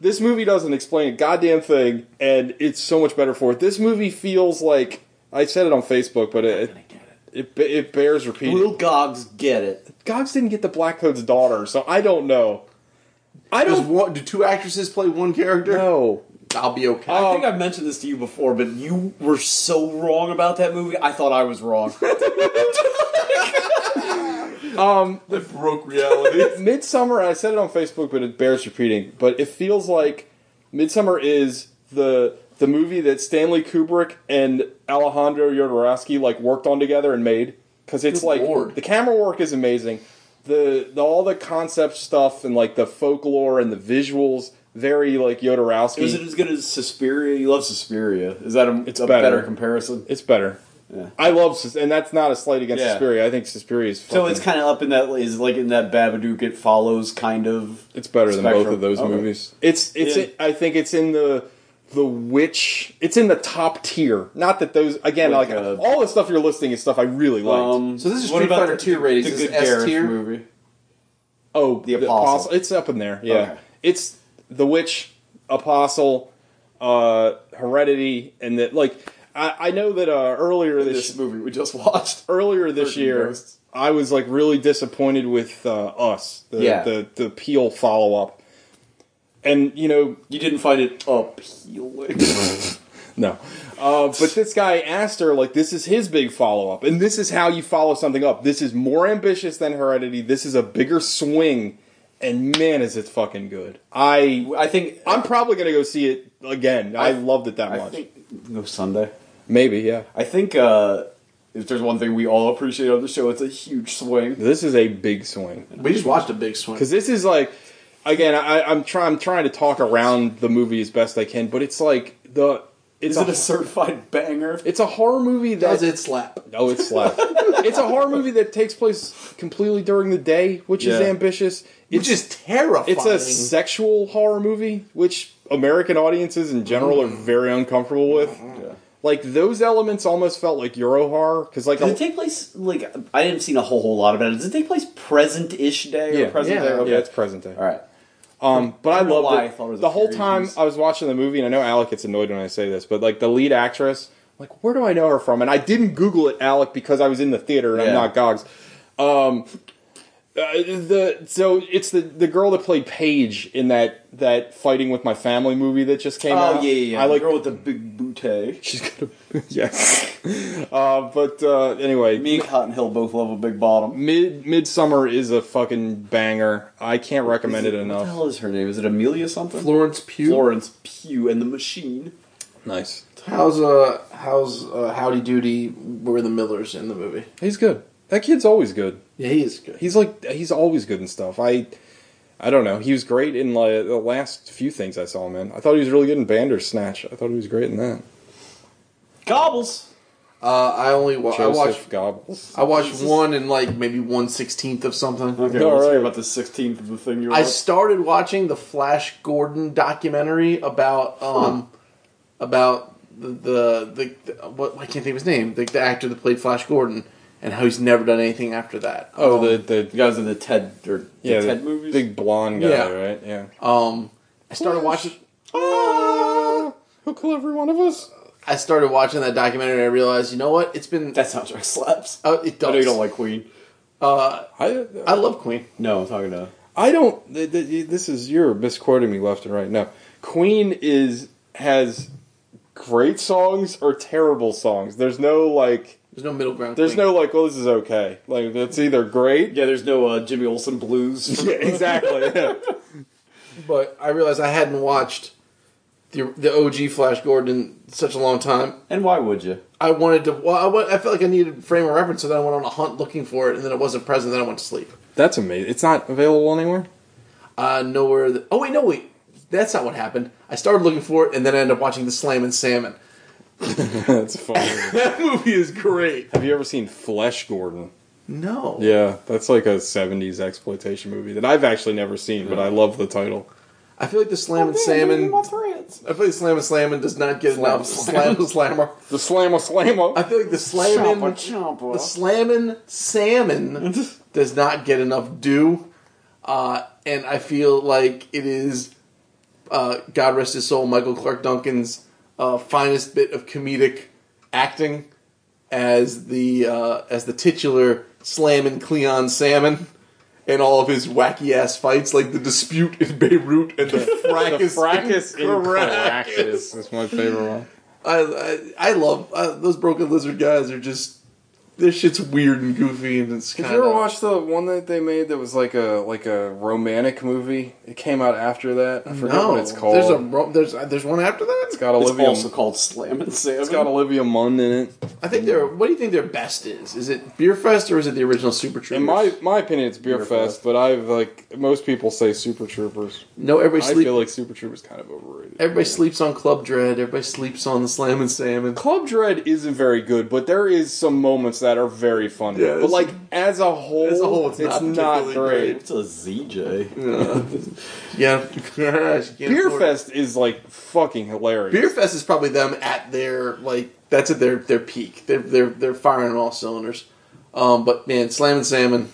this movie doesn't explain a goddamn thing, and it's so much better for it. This movie feels like I said it on Facebook, but it it, it, it bears repeating.
Will Gogs get it?
Gogs didn't get the Black Hood's daughter, so I don't know. I
Does
don't
one, do two actresses play one character?
know.
I'll be okay.
I think I've mentioned this to you before, but you were so wrong about that movie. I thought I was wrong.
Um,
I broke reality.
Midsummer, I said it on Facebook, but it bears repeating. But it feels like Midsummer is the the movie that Stanley Kubrick and Alejandro Jodorowsky like worked on together and made because it's
Good
like
lord.
the camera work is amazing, the, the all the concept stuff and like the folklore and the visuals very like Jodorowsky.
Is it as good as Suspiria? You love Suspiria. Is that a,
It's
a
better.
better. comparison?
it's better.
Yeah.
I love Sus- and that's not a slight against
Yeah.
Suspiria. I think Suspiria is
So
fucking-
it's kind of up in that is like in that Babadook. It follows kind of.
It's better than
Spectrum.
both of those
Okay.
movies. It's it's
Yeah.
I think it's in the the witch. It's in the top tier. Not that those again like,
Like, uh,
all the stuff you're listing is stuff I really liked.
Um,
So this is
what
Street
about
Fighter
the-
II ratings.
The
Is
Good
it S
Gareth
tier?
movie.
oh,
The Apostle.
It's up in there. Yeah,
Okay.
it's the witch,
Apostle, uh, Heredity, and that like I, I know that uh, earlier this,
movie we just watched
earlier this
Thirteen
year
Ghosts.
I was like really disappointed with uh, us the,
Yeah.
the the Peel follow up, and you know
you didn't find it appealing.
no. Uh, but this guy asked her, like, this is his big follow up, and this is how you follow something up. This is more ambitious than Heredity. This is a bigger swing, and man, is it fucking good. I
I think
I'm probably gonna go see it again. I, loved it that much.
No Sunday.
Maybe yeah.
I think uh, if there's one thing we all appreciate on the show, it's a huge swing.
This is a big swing.
We just watched a big swing.
Because this is like, again, I, I'm trying. I'm trying to talk around the movie as best I can, but it's like the. It's
Is it a certified banger?
It's a horror movie that
Does it slap?
No, it's slap. it's a horror movie that takes place completely during the day, which is
Yeah.
ambitious. It's just
terrifying.
It's a sexual horror movie, which American audiences in general are very uncomfortable with. Like those elements almost felt like Euro horror because like
Does
a-
it take place like I didn't seen a whole whole lot about it. Does it take place present ish day or
yeah,
present day? Okay.
yeah, it's present day. All
right.
Um, but I
don't know
loved
why
it.
I thought it was a
the whole
period
time
piece.
I was watching the movie, and I know Alec gets annoyed when I say this, but like the lead actress, like where do I know her from? And I didn't Google it, Alec, because I was in the theater and
Yeah.
I'm not Gogs. Um, uh, the so it's the the girl that played Paige in that that fighting with my family movie that just came
oh
out.
yeah, yeah, yeah.
I like
girl with the big bootay.
She's got a yes. Uh, but uh, anyway,
me and Cotton Hill both love a big bottom.
Mid Midsummer is a fucking banger. I can't recommend
Is
it
it- What the
enough.
hell is her name? Is it Amelia something?
Florence Pugh.
Florence Pugh and the Machine.
Nice.
How's uh how's uh, Howdy Doody? Were the Millers in the movie?
He's good. That kid's always good.
Yeah, he is good.
He's like he's always good in stuff. I I don't know. He was great in like, the last few things I saw him in. I thought he was really good in Bandersnatch. I thought he was great in that.
Gobbles.
Uh, I only wa- I
Joseph
watched
Goebbels.
I watched one and like maybe one sixteenth of something.
Okay, let's hear about the sixteenth of the thing you're.
I
on.
started watching the Flash Gordon documentary about um about the the, the, the what I can't think of his name the, the actor that played Flash Gordon and how he's never done anything after that.
Oh, the
Um,
the
you guys in the Ted or the
yeah,
Ted
the
movies.
big blonde guy,
Yeah.
right? Yeah.
um I started watching.
he'll kill Ah! every one of us.
I started watching that documentary and I realized, you know what? It's been
That soundtrack slaps.
uh, it
I
does.
know you don't like Queen.
Uh,
I
I love Queen.
No, I'm talking to.
I don't. th- th- This is you're misquoting me left and right. No, Queen is has great songs or terrible songs. There's no like.
There's no middle ground.
There's
Queen.
no like. Well, this is okay. Like it's either great.
Yeah, there's no uh, Jimmy Olsen blues.
Yeah, exactly. yeah.
But I realized I hadn't watched the the OG Flash Gordon in such a long time.
and why would you?
I wanted to. Well, I, wa- I felt like I needed a frame of reference, so then I went on a hunt looking for it, and then it wasn't present. Then I went to sleep.
That's amazing. It's not available anywhere.
Uh, nowhere. The, oh wait, no wait, that's not what happened. I started looking for it, and then I ended up watching the Slam and Salmon.
That's funny.
That movie is great.
Have you ever seen Flesh Gordon?
No.
Yeah, that's like a '70s exploitation movie that I've actually never seen, but I love the title.
I feel like the Slam and Salmon. I feel like Slam and Salmon does not get enough Slam and Slammer.
The Slamma
I
Slamma.
feel like the Slam and
Chompa.
the Slammin' Salmon does not get enough due, uh, and I feel like it is, uh, God rest his soul, Michael Clark Duncan's uh, finest bit of comedic acting as the uh, as the titular Slammin' Cleon Salmon. And all of his wacky ass fights, like the dispute in Beirut and the fracas,
the fracas in
Caracas.
Caracas is my favorite one.
I, I I love uh, those broken lizard guys are just this shit's weird and goofy and it's
Did
kind
you ever
of
watch the one that they made that was like a like a romantic movie? It came out after that. I forget
no.
what it's called.
There's a ro- there's uh, there's one after that.
it's got
It's
Olivia.
also called Slam and Salmon.
it's got Olivia Munn in it.
I think their what do you think their best is? Is it Beer Fest or is it the original Super Troopers?
In my my opinion, it's Beer,
Beer
Fest,
Fest.
but I've like most people say Super Troopers.
no, everybody
I
sleep.
feel like Super Troopers kind of overrated.
everybody sleeps on Club Dread. Everybody sleeps on the Slam and Salmon.
Club Dread isn't very good, but there is some moments that are very funny.
Yeah,
but
it's-
like as a whole,
As a whole, it's
it's,
not
not,
particularly
great.
It's a ZJ.
Yeah, Beer
Beer Fest is like fucking hilarious.
Beer Fest is probably them at their like that's at their their peak. They're they're they're firing on all cylinders. Um, but man, Slam and Salmon,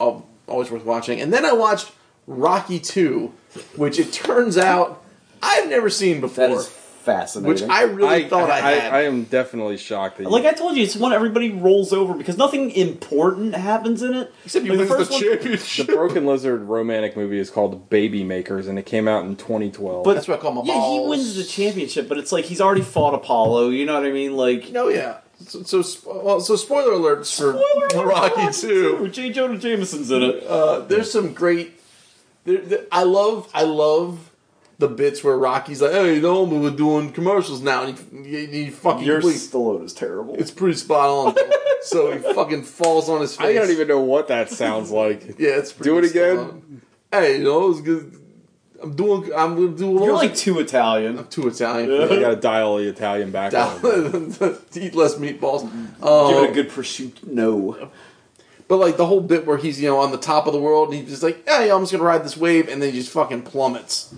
al- always worth watching. And then I watched Rocky Two, which it turns out
I've never seen before.
That is fascinating.
Which I really thought I had.
I am definitely shocked that you
Like I told you, it's one everybody rolls over because nothing important happens in it.
Except
like, one-
championship. The Broken Lizard romantic movie is called Baby Makers, and it came out in 2012.
But
what I call my
yeah, he wins the championship, but it's like he's already fought Apollo. You know what I mean? Like,
no, yeah. So, so, sp- well, so spoiler alerts for Rocky Two.
J. Jonah Jameson's in it.
Uh, there's some great. There, there, I love, I love the bits where Rocky's like, "Hey, you know, we're doing commercials now," and he, he, he fucking
your
bleeds.
Stallone is terrible.
It's pretty spot on. so he fucking falls on his face.
I don't even know what that sounds like.
Yeah, it's
Do it
pretty
again.
Hey, you know, it's good. I'm doing. I'm gonna do.
You're like too Italian.
I'm too Italian.
You gotta dial the Italian back. a little bit.
Eat less meatballs.
Give
Um,
it a good pursuit. No,
But like the whole bit where he's you know on the top of the world and he's just like, hey, I'm just gonna ride this wave, and then he just fucking plummets.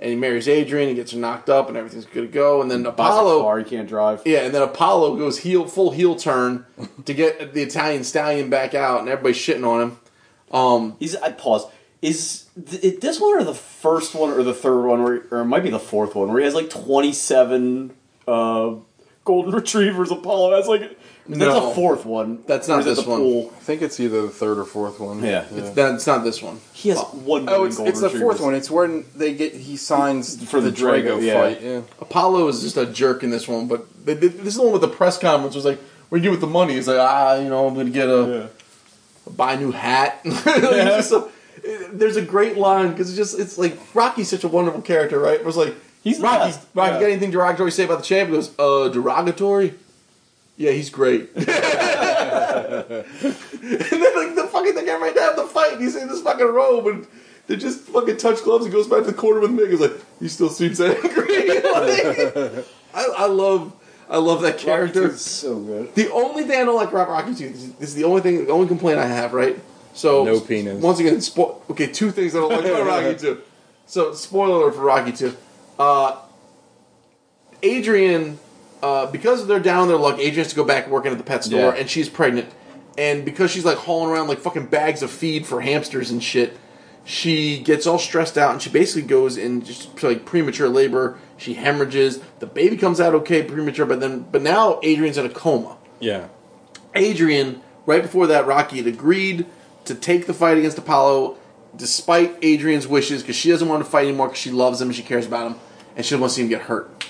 And he marries Adrian, he gets her knocked up, and everything's good to go. And then
buys a
Apollo,
car. You can't drive.
yeah, and then Apollo goes heel full heel turn to get the Italian stallion back out, and everybody's shitting on him. Um,
He's. I pause. Is th- it this one or the first one or the third one where, or it might be the fourth one where he has like twenty seven uh, golden retrievers? Apollo has like that's
No.
a fourth one.
That's
Or
not
is it
this
the
one.
pool?
I think it's either the third or fourth one.
Yeah.
it's, that's not this one.
He has
Oh,
one. million
it's,
golden
it's the
retrievers.
fourth one. It's when they get he signs
For the Drago, yeah.
fight. Yeah.
Apollo is just a jerk in this one, but they, they- this is the one with the press conference was like, "Where you get with the money?" He's like, "Ah, you know, I'm gonna get a buy a new hat." Like, it's just a- there's a great line because it's just it's like Rocky's such a wonderful character, right? It was like
He's the
Rocky.
best,
Rocky
yeah.
got anything derogatory to say about the champ? He goes, "Uh, derogatory." Yeah, he's great. and then like the fucking they get right down to the fight. And he's in this fucking robe and. They just fucking touch gloves and goes back to the corner with Mick. He's like, he still seems angry. Like, I, I love, I love that character.
Dude's so good.
The only thing I don't like about Rocky Two, this is- this is the only thing, the only complaint I have, right? So
No penis.
Once again, spo- okay, two things I don't like about Rocky Two. So spoiler alert for Rocky Two. Uh, Adrian, uh, because they're down on their luck, Adrian has to go back working at the pet store,
Yeah.
and she's pregnant. And because she's like hauling around like fucking bags of feed for hamsters and shit, she gets all stressed out, and she basically goes in just like premature labor. She hemorrhages. The baby comes out okay, premature, but then but now Adrian's in a coma.
Yeah.
Adrian, right before that, Rocky had agreed to take the fight against Apollo despite Adrian's wishes because she doesn't want to fight anymore because she loves him and she cares about him and she doesn't want to see him get hurt.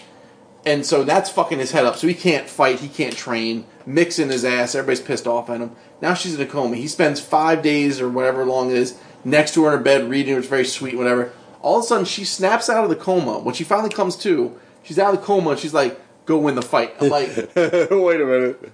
And so that's fucking his head up. So he can't fight, he can't train, mixing his ass. Everybody's pissed off at him. Now she's in a coma. He spends five days or whatever long it is next to her in her bed reading. It's very sweet, whatever. All of a sudden, she snaps out of the coma. When she finally comes to, she's out of the coma and she's like, "Go win the fight." I'm like,
Wait a minute.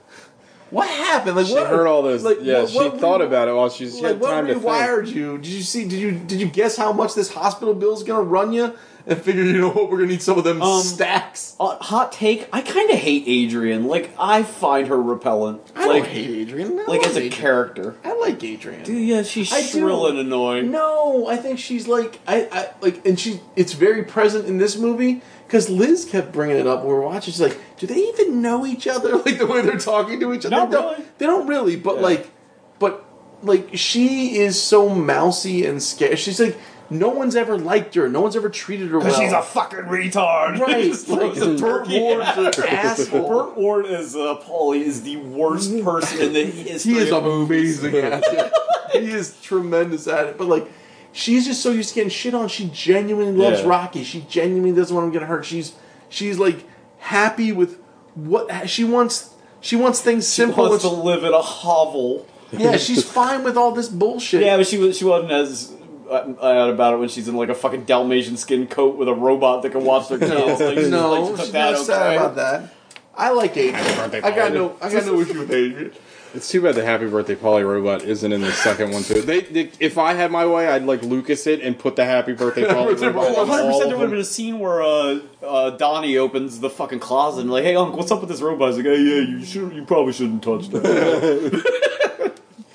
"What happened?" Like,
She
what
heard all those.
like,
yeah,
what-
she
what-
thought about it while she's she
like
had
what
time to think.
rewired you? Did you see? Did you did you guess how much this hospital bill is going to run you? And figure you know what we're going to need some of them
Um,
stacks.
Uh, hot take. I kind of hate Adrian. Like I find her repellent.
I
like
don't hate Adrian. I
like
love
as a
Adrian.
character.
I like Adrian.
Dude, yeah, she's
I do.
shrill and annoying.
No, I think she's like I, I like, and she it's very present in this movie because Liz kept bringing it up. when We were watching. She's like, do they even know each other? Like the way they're talking to each other.
Not
they don't,
really.
They don't really, but like, but like she is so mousy and scared. She's like, no one's ever liked her. No one's ever treated her well.
she's a fucking retard.
Right,
Just
like
throws a
Burt
turkey at
Ward's
her.
an asshole.
Burt Ward is uh, Paulie is the worst person in the history.
He is
of
amazing at it. He is tremendous at it. But like, she's just so used to getting shit on. She genuinely loves
Yeah.
Rocky. She genuinely doesn't want him to get hurt. She's she's like happy with what she wants. She wants things simple.
wants to
and
live in a hovel.
she- yeah, she's fine with all this bullshit.
Yeah, but she was she wasn't as uh, out about it when she's in like a fucking Dalmatian skin coat with a robot that can watch their kids.
no,
like, she's like,
no,
took
she's
that
not sad
okay.
about that. I like Adrian. I got no, I got no issue with Adrian.
It's too bad the Happy Birthday Polly Robot isn't in the second one too. They, they, if I had my way, I'd like Lucas it and put the Happy Birthday Polly
Birthday
Robot.
Polly.
on
100%
all
there
of
would have
them.
been a scene where uh, uh, Donnie opens the fucking closet and like, hey, Unc, what's up with this robot? He's like, hey, yeah, you should, you probably shouldn't touch that.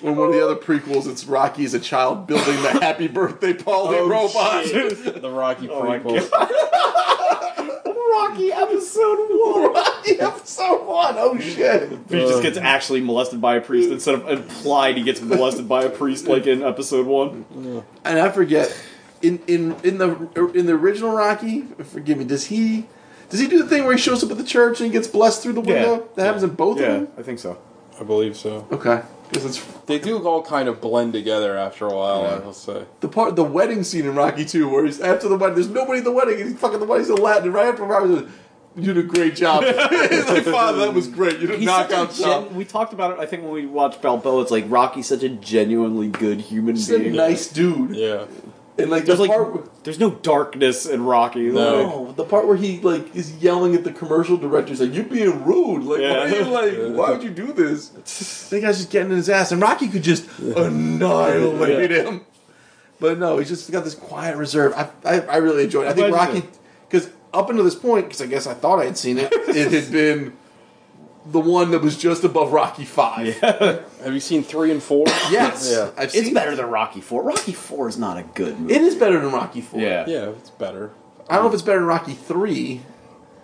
In one of the other prequels, it's Rocky as a child building the Happy Birthday Polly robot.
the Rocky
my
prequel.
Rocky episode one. Rocky episode one. Oh shit.
he just gets actually molested by a priest instead of implied he gets molested by a priest like in episode one.
And I forget. in in in the in the original Rocky, forgive me, does he does he do the thing where he shows up at the church and he gets blessed through the window? That happens in both
yeah,
of them.
I think so. I believe so.
Okay.
they do all kind of blend together after a while. I will say.
The part, the wedding scene in Rocky Two, where he's after the wedding, there's nobody at the wedding, and he's fucking the wedding's in Latin, and right after Rocky says, "You did a great job." he's like, "Father, that was great. You did a
He's such a
knockout job."
gen- we talked about it. I think when we watched Balboa, it's like Rocky's such a genuinely good human
He's a
being.
nice dude.
Yeah.
And like,
there's
the
like
part
there's no darkness in Rocky.
No,
like-
the part where he like is yelling at the commercial director, he's like, "You're being rude. Like, why are you like? Why would you do this?" The guy's just getting in his ass, and Rocky could just annihilate
Yeah.
him. But no, he's just got this quiet reserve. I I, I really enjoyed. it. I think
Imagine
Rocky because up until this point, because I guess I thought I had seen it, it had been the one that was just above Rocky Five.
Have you seen three and four?
yes,
Yeah.
I've
it's
seen
better than Rocky Four. Rocky Four is not a good movie.
It is better than Rocky Four.
Yeah.
Yeah, it's better.
I don't know if it's better than Rocky Three,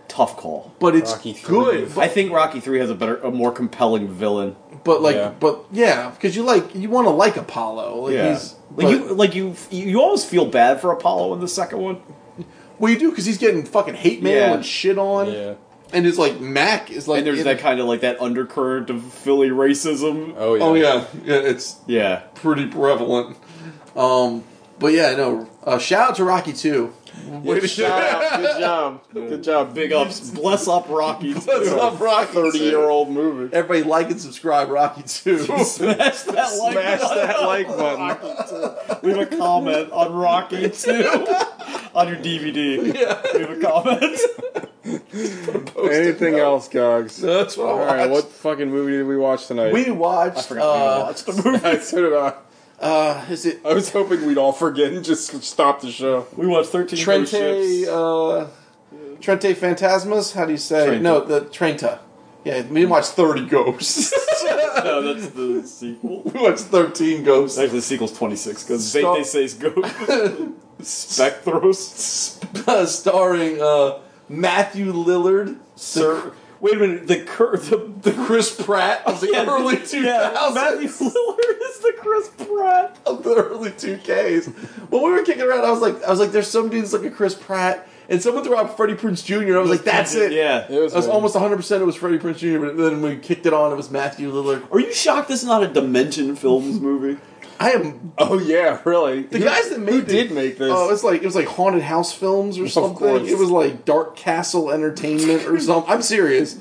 Tough call,
but it's good.
I think Rocky Three has a better, a more compelling villain.
But like,
Yeah.
but yeah, because you like you want to like Apollo. Like
yeah,
he's
like you, like you, you always feel bad for Apollo in the second one.
Well, you do because he's getting fucking hate mail
Yeah.
and shit on. Yeah. And it's like Mac is like
and there's
in-
that kind of like that undercurrent of Philly racism.
Oh
Oh yeah, yeah. It's
yeah,
pretty prevalent. Um, but yeah, no. Uh, shout out to Rocky too.
Way to shout out. Good job. Good job.
Big ups. Bless up Rocky.
Bless up Rocky.
Thirty-year-old movie.
Everybody like and subscribe Rocky too.
Smash that like
Smash
button.
that like button.
Leave a comment on Rocky Two on your DVD. Leave a comment.
Anything else, Gogs?
that's what I
All right,
watched.
what fucking movie did we watch tonight?
We watched. uh,
I so did I.
Uh, is it?
I was hoping we'd all forget and just stop the show.
We watched Thirteen
Trente, uh, Trente Phantasmas. How do you say?
Trenta.
No, the Trenta. Yeah, we didn't watch Thirty Ghosts.
no, that's the sequel.
we watched Thirteen Ghosts.
Actually, the sequel's twenty six because they,
Stop.
they say it's ghost. Spectros,
starring uh, Matthew Lillard,
Sir. Wait a minute. The cur- the
the Chris Pratt of the
Yeah,
early
yeah,
two thousands.
Matthew Lillard is the Chris Pratt.
of the early two Ks. when we were kicking around, I was like, I was like, there's some dudes like a Chris Pratt, and someone threw out Freddie Prince Jr. and I was like, that's it.
Yeah,
It was, almost 100 percent it was Freddie Prince Jr. But then we kicked it on. It was Matthew Lillard.
Are you shocked this is not a Dimension Films movie?
I am
Oh yeah, really?
the guys that made
who
the-
did make this?
Oh, it's like it was like haunted house films or something.
course.
It was like Dark Castle Entertainment or something. I'm serious.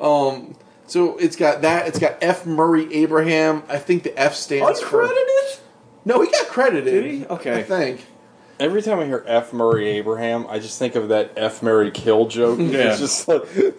Um, so it's got that. It's got F. Murray Abraham. I think the F stands for.
Uncredited?
No, he got credited.
Did he? Okay.
I think.
Every time I hear F. Murray Abraham, I just think of that F. Murray kill joke.
Yeah.
It's just like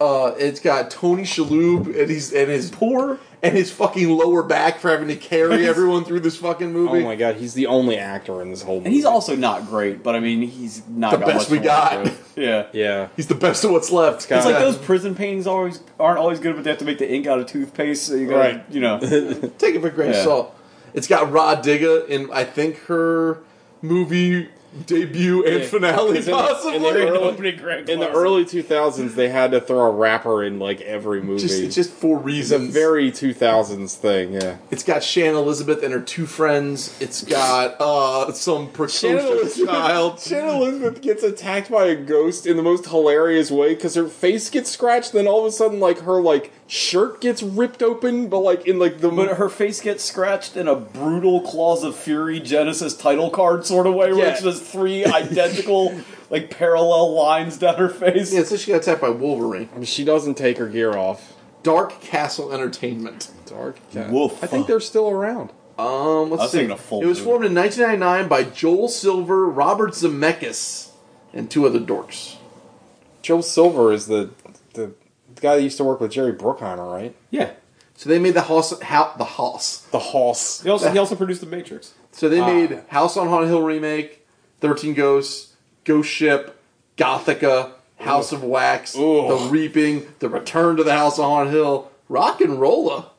Uh, it's got Tony Shalhoub and he's and his
Poor.
and his fucking lower back for having to carry everyone through this fucking
Oh
movie.
my god, he's the only actor in this whole movie.
And he's also not great, but I mean, he's not
The
got
best
much
we
more
got.
to do. Yeah.
yeah.
He's the best of what's left.
It's like
Yeah.
those prison paintings always aren't always good, but they have to make the ink out of toothpaste, so you gotta,
Right.
you know.
Take it for a grain
Yeah.
of salt. It's got Rod Digga in I think her movie debut and
Yeah.
finale
Is it- and they-
possibly.
Early- In the early 2000s, they had to throw a rapper in like every movie.
Just, it's just for
it's a
reasons.
very 2000s thing. Yeah.
it's got Shannon Elizabeth and her two friends. It's got uh, some precocious child.
Shannon Elizabeth gets attacked by a ghost in the most hilarious way because her face gets scratched, then all of a sudden, like her like shirt gets ripped open, but like in like the
But her face gets scratched in a brutal Claws of Fury Genesis title card sort of way, where
Yeah.
it's just three identical, like parallel lines down her face.
Yeah, so she got attacked by Wolverine.
she doesn't take her gear off.
Dark Castle Entertainment.
Dark. Cat.
Woof.
I think they're still around.
I
Um, let's
was
see.
thinking a full
it was
moon.
formed in 1999 by Joel Silver, Robert Zemeckis, and two other dorks.
Joe Silver is the the guy that used to work with Jerry Bruckheimer, right?
Yeah.
So they made the house, how, the house.
The Hoss.
He also, he also produced The Matrix.
So they
Ah.
made House on Haunted Hill remake, Thirteen Ghosts, Ghost Ship, Gothica, House of Wax,
Ooh.
The Reaping, The Return to the House on Haunted Hill, Rock and Rolla.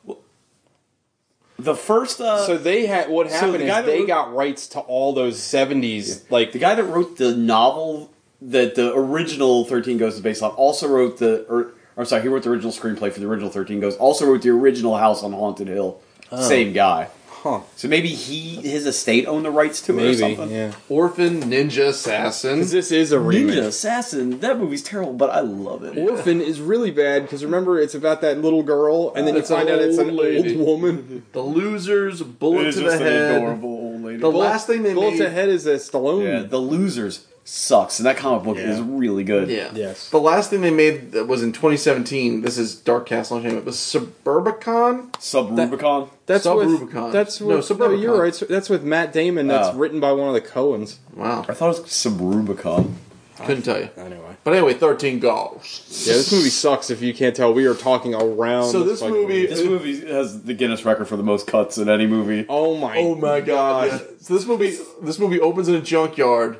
The first, uh,
So they had what
So
happened
the guy
is
that
they
wrote-
got rights to all those 70s like
the guy that wrote the novel that the original Thirteen Ghosts is based on also wrote the, or, I'm sorry, he wrote the original screenplay for the original Thirteen Ghosts. Also wrote the original House on Haunted Hill. Same guy.
Oh. Huh.
So maybe he his estate owned the rights to it or
Maybe,
something.
yeah.
Orphan Ninja Assassin.
'Cause this is a remake.
Ninja Assassin. That movie's terrible, but I love it.
Orphan is really bad because remember it's about that little girl, and then you
It's an
find out it's
old
an
lady.
old woman.
The losers, bullet
It is
to the
just an
head.
adorable
old lady.
The last thing they
Bullet
made.
to head is a Stallone.
Yeah, The Losers sucks, and that comic book is really good.
Yeah.
Yes.
The last thing they made that was in 2017. This is Dark Castle Entertainment. Was Suburbicon?
Sub Rubicon.
That's
Sub
with,
Rubicon.
That's
no
with, no,
Suburbicon.
you're right. That's with Matt Damon. That's
Oh.
written by one of the Coens.
Wow.
I thought it was Sub Rubicon.
Couldn't tell you.
Anyway.
But anyway, 13 goals.
Yeah, this movie sucks. If you can't tell, we are talking around.
So this
fucking-
movie-
This movie has the Guinness record for the most cuts in any movie.
Oh my.
Oh my god! yeah. So this movie, this movie opens in a junkyard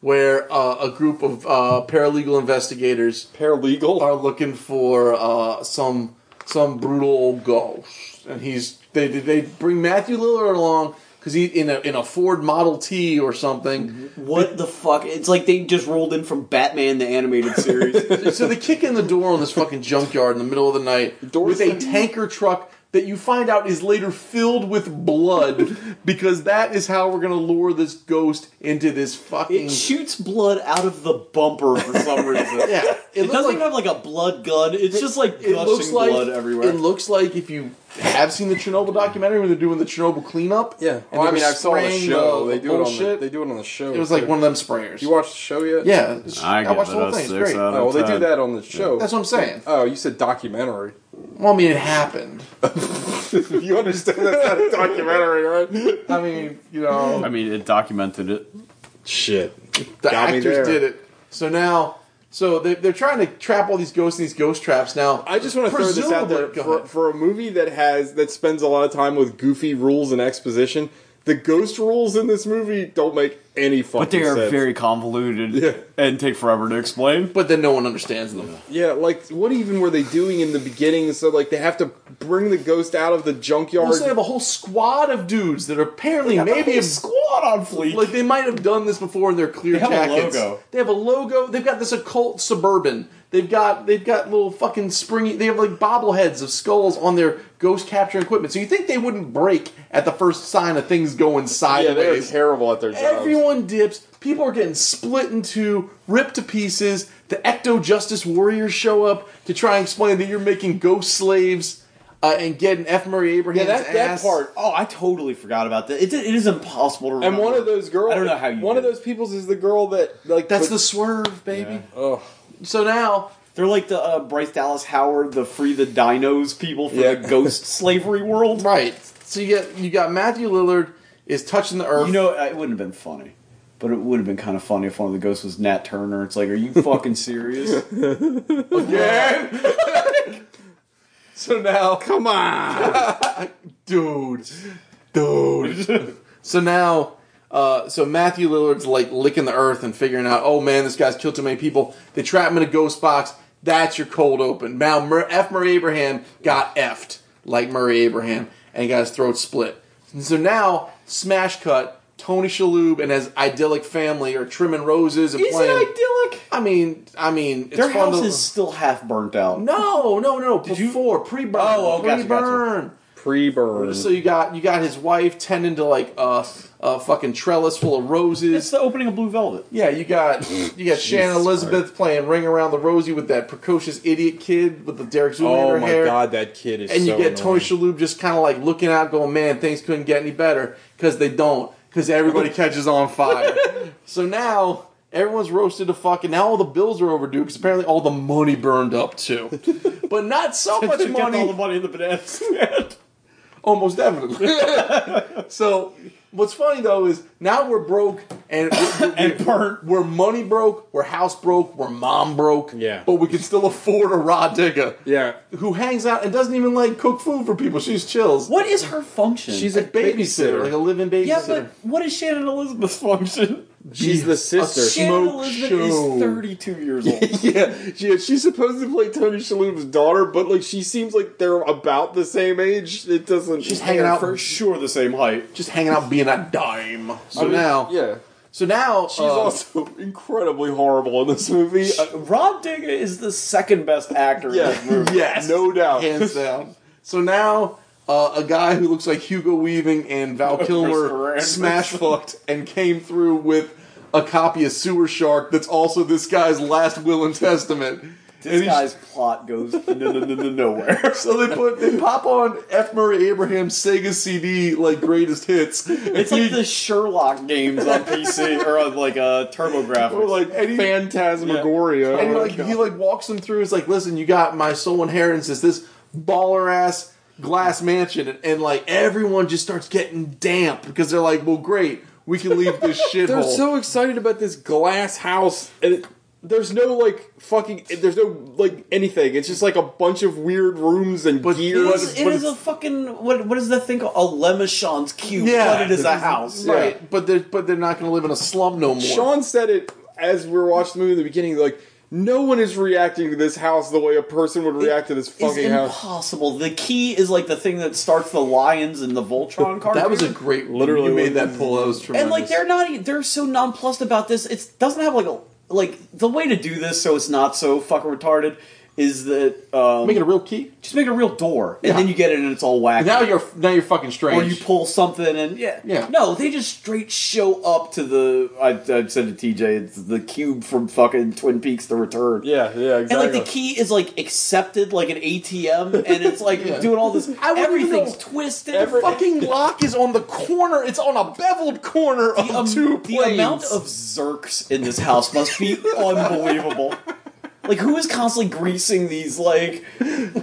where uh, a group of uh, paralegal investigators,
paralegal,
are looking for uh, some some brutal old ghost, and he's they they bring Matthew Lillard along because he in a in a Ford Model T or
Mm-hmm.
something.
What the fuck? It's like they just rolled in from Batman the animated series.
so they kick in the door on this fucking junkyard in the middle of the night with a tanker truck that you find out is later filled with blood because that is how we're gonna lure this ghost into this fucking
it shoots blood out of the bumper for some reason.
Yeah, it
it,
looks
doesn't
like-
even have like a blood gun. It's just like gushing blood everywhere.
It looks like if you have seen the Chernobyl documentary when they're doing the Chernobyl cleanup.
Yeah.
and they were spraying the- the bullshit.
They do it on the show.
It was like one of them sprayers.
You watched the show yet?
Yeah, I I give watched the it whole a
whole
thing, it's six great. out of
Oh, well, they do
10.
that on the show.
That's what I'm saying.
Oh, you said documentary.
Well, I mean, it happened.
you understand that's not a documentary, right?
I mean, you know,
I mean, it documented it.
Shit.
the
Got me there.
actors did it. So now, so they, they're trying to trap all these ghosts in these ghost traps. Now,
I just want to throw this out there
Presumably-
for, for a movie that has that spends a lot of time with goofy rules and exposition. The ghost rules in this movie don't make any fucking
But they are
sense.
very convoluted and take forever to explain.
but then no one understands them.
Yeah, like what even were they doing in the beginning? So like they have to bring the ghost out of the junkyard.
Well, so they have a whole squad of dudes that are apparently maybe
a squad on fleek.
Like they might have done this before in their clear
They have a
jackets.
logo.
They have a logo. They've got this occult suburban. They've got they've got little fucking springy. They have like bobbleheads of skulls on their ghost capture equipment. So you think they wouldn't break at the first sign of things going
yeah, they're
sideways?
terrible at their jobs.
Everyone dips. People are getting split in two, ripped to pieces. The Ecto Justice Warriors show up to try and explain that you're making ghost slaves uh, and get an F. Murray
Yeah,
Abraham's
that, that
ass.
part. Oh, I totally forgot about that. It, it is impossible to remember.
And one of those girls,
I don't know how you.
One
did
of those peoples is the girl that like
That's
put-
the swerve, baby.
Oh,
So now
They're like the uh, Bryce Dallas Howard, the free the dinos people for
Yeah.
the ghost slavery world.
Right. So you got you got Matthew Lillard is touching the earth.
You know, it wouldn't have been funny, but it would have been kind of funny if one of the ghosts was Nat Turner. It's like, are you fucking serious?
so now,
come on!
dude, dude. so now, uh, so Matthew Lillard's like licking the earth and figuring out, oh man, this guy's killed too many people. They trap him in a ghost box. That's your cold open. Now Mur- F. Murray Abraham got effed like Murray Abraham and he got his throat split. And so now, smash cut. Tony Shalhoub and his idyllic family are trimming roses and
is it
playing.
idyllic?
I mean, I mean, it's
Their
fun
house
to-
is still half burnt out.
No, no, no. before pre-burn.
Oh, oh, gotcha,
pre-burn.
Pre-burn.
So you got you got his wife tending to like a a fucking trellis full of
It's
roses.
the opening of Blue Velvet.
Yeah, you got you got Shannon Elizabeth playing "Ring Around the Rosie" with that precocious idiot kid with the Derek Zoom in
oh
her
my
hair,
god, that kid is.
and you
so
get
annoying.
Tony Shalhoub just kind of like looking out, going, "Man, things couldn't get any better," because they don't, because everybody catches on fire. so now everyone's roasted to fuck, and now all the bills are overdue because apparently all the money burned up too, but not so much
Get all
money
the money in the banana stand.
Almost definitely. so, what's funny though is now we're broke and we're,
And burnt.
we're money broke, we're house broke, we're mom broke.
Yeah.
But we can still afford a raw digger
Yeah,
who hangs out and doesn't even like cook food for people. She's chills.
What is her function?
she's
A
a
babysitter, like a living babysitter.
yeah, but what is Shannon Elizabeth's function?
she's the sister.
a
Shannon
smoke
Elizabeth
show.
is 32 years old.
yeah, yeah, she's supposed to play Tony Shalhoub's daughter, but like she seems like they're about the same age. It doesn't.
She's hanging out,
For sure the same height.
just hanging out, being a dime. So
I mean,
now,
yeah,
so now um,
she's also incredibly horrible in this movie. Uh,
Rob Digga is the second best actor in
yeah,
this movie.
yes,
no doubt.
hands down. So now uh, a guy who looks like Hugo Weaving and Val Kilmer smash fucked and came through with a copy of Sewer Shark that's also this guy's last will and testament.
This guy's plot goes no, no, no, no, nowhere.
So they put they pop on F. Murray Abraham's Sega CD like greatest hits.
It's like the Sherlock games on PC or
uh,
on like a TurboGrafx.
Or like any-
Phantasmagoria. Oh,
and like he like walks him through. It's like, listen, you got my sole inheritance is this baller ass glass mansion, and, and like everyone just starts getting damp because they're like, well, great, we can leave this
They're
shithole.
so excited about this glass house, and it, there's no like fucking. There's no like anything. It's just like a bunch of weird rooms and gear.
It is, it is a fucking what? What is that thing called? A Lemishon's cube, but it is a house.
right? But they're but they're not going to live in a slum no more.
Sean said it as we were watching the movie in the beginning. Like no one is reacting to this house the way a person would react to this
It's
fucking house.
impossible. The key is like the thing that starts the lions and the Voltron cartoon.
that was a great literally you made that pull. That was tremendous.
and like they're not e- they're so nonplussed about this it doesn't have like a like the way to do this so it's not so fucking retarded is that um,
Make it a real key
just make it a real door and then you get it and it's all wacky
now you're now you're fucking strange.
or you pull something and yeah
Yeah.
no they just straight show up to the I, I said to TJ it's the cube from fucking Twin Peaks The Return
Yeah, yeah, exactly.
and like the key is like accepted like an ATM and it's like
Yeah.
doing all this
I wouldn't even
everything's
know.
twisted
the fucking lock is on the corner. It's on a beveled corner of
um,
two
the
planes.
amount of zerks in this house must be unbelievable. Like who is constantly greasing these like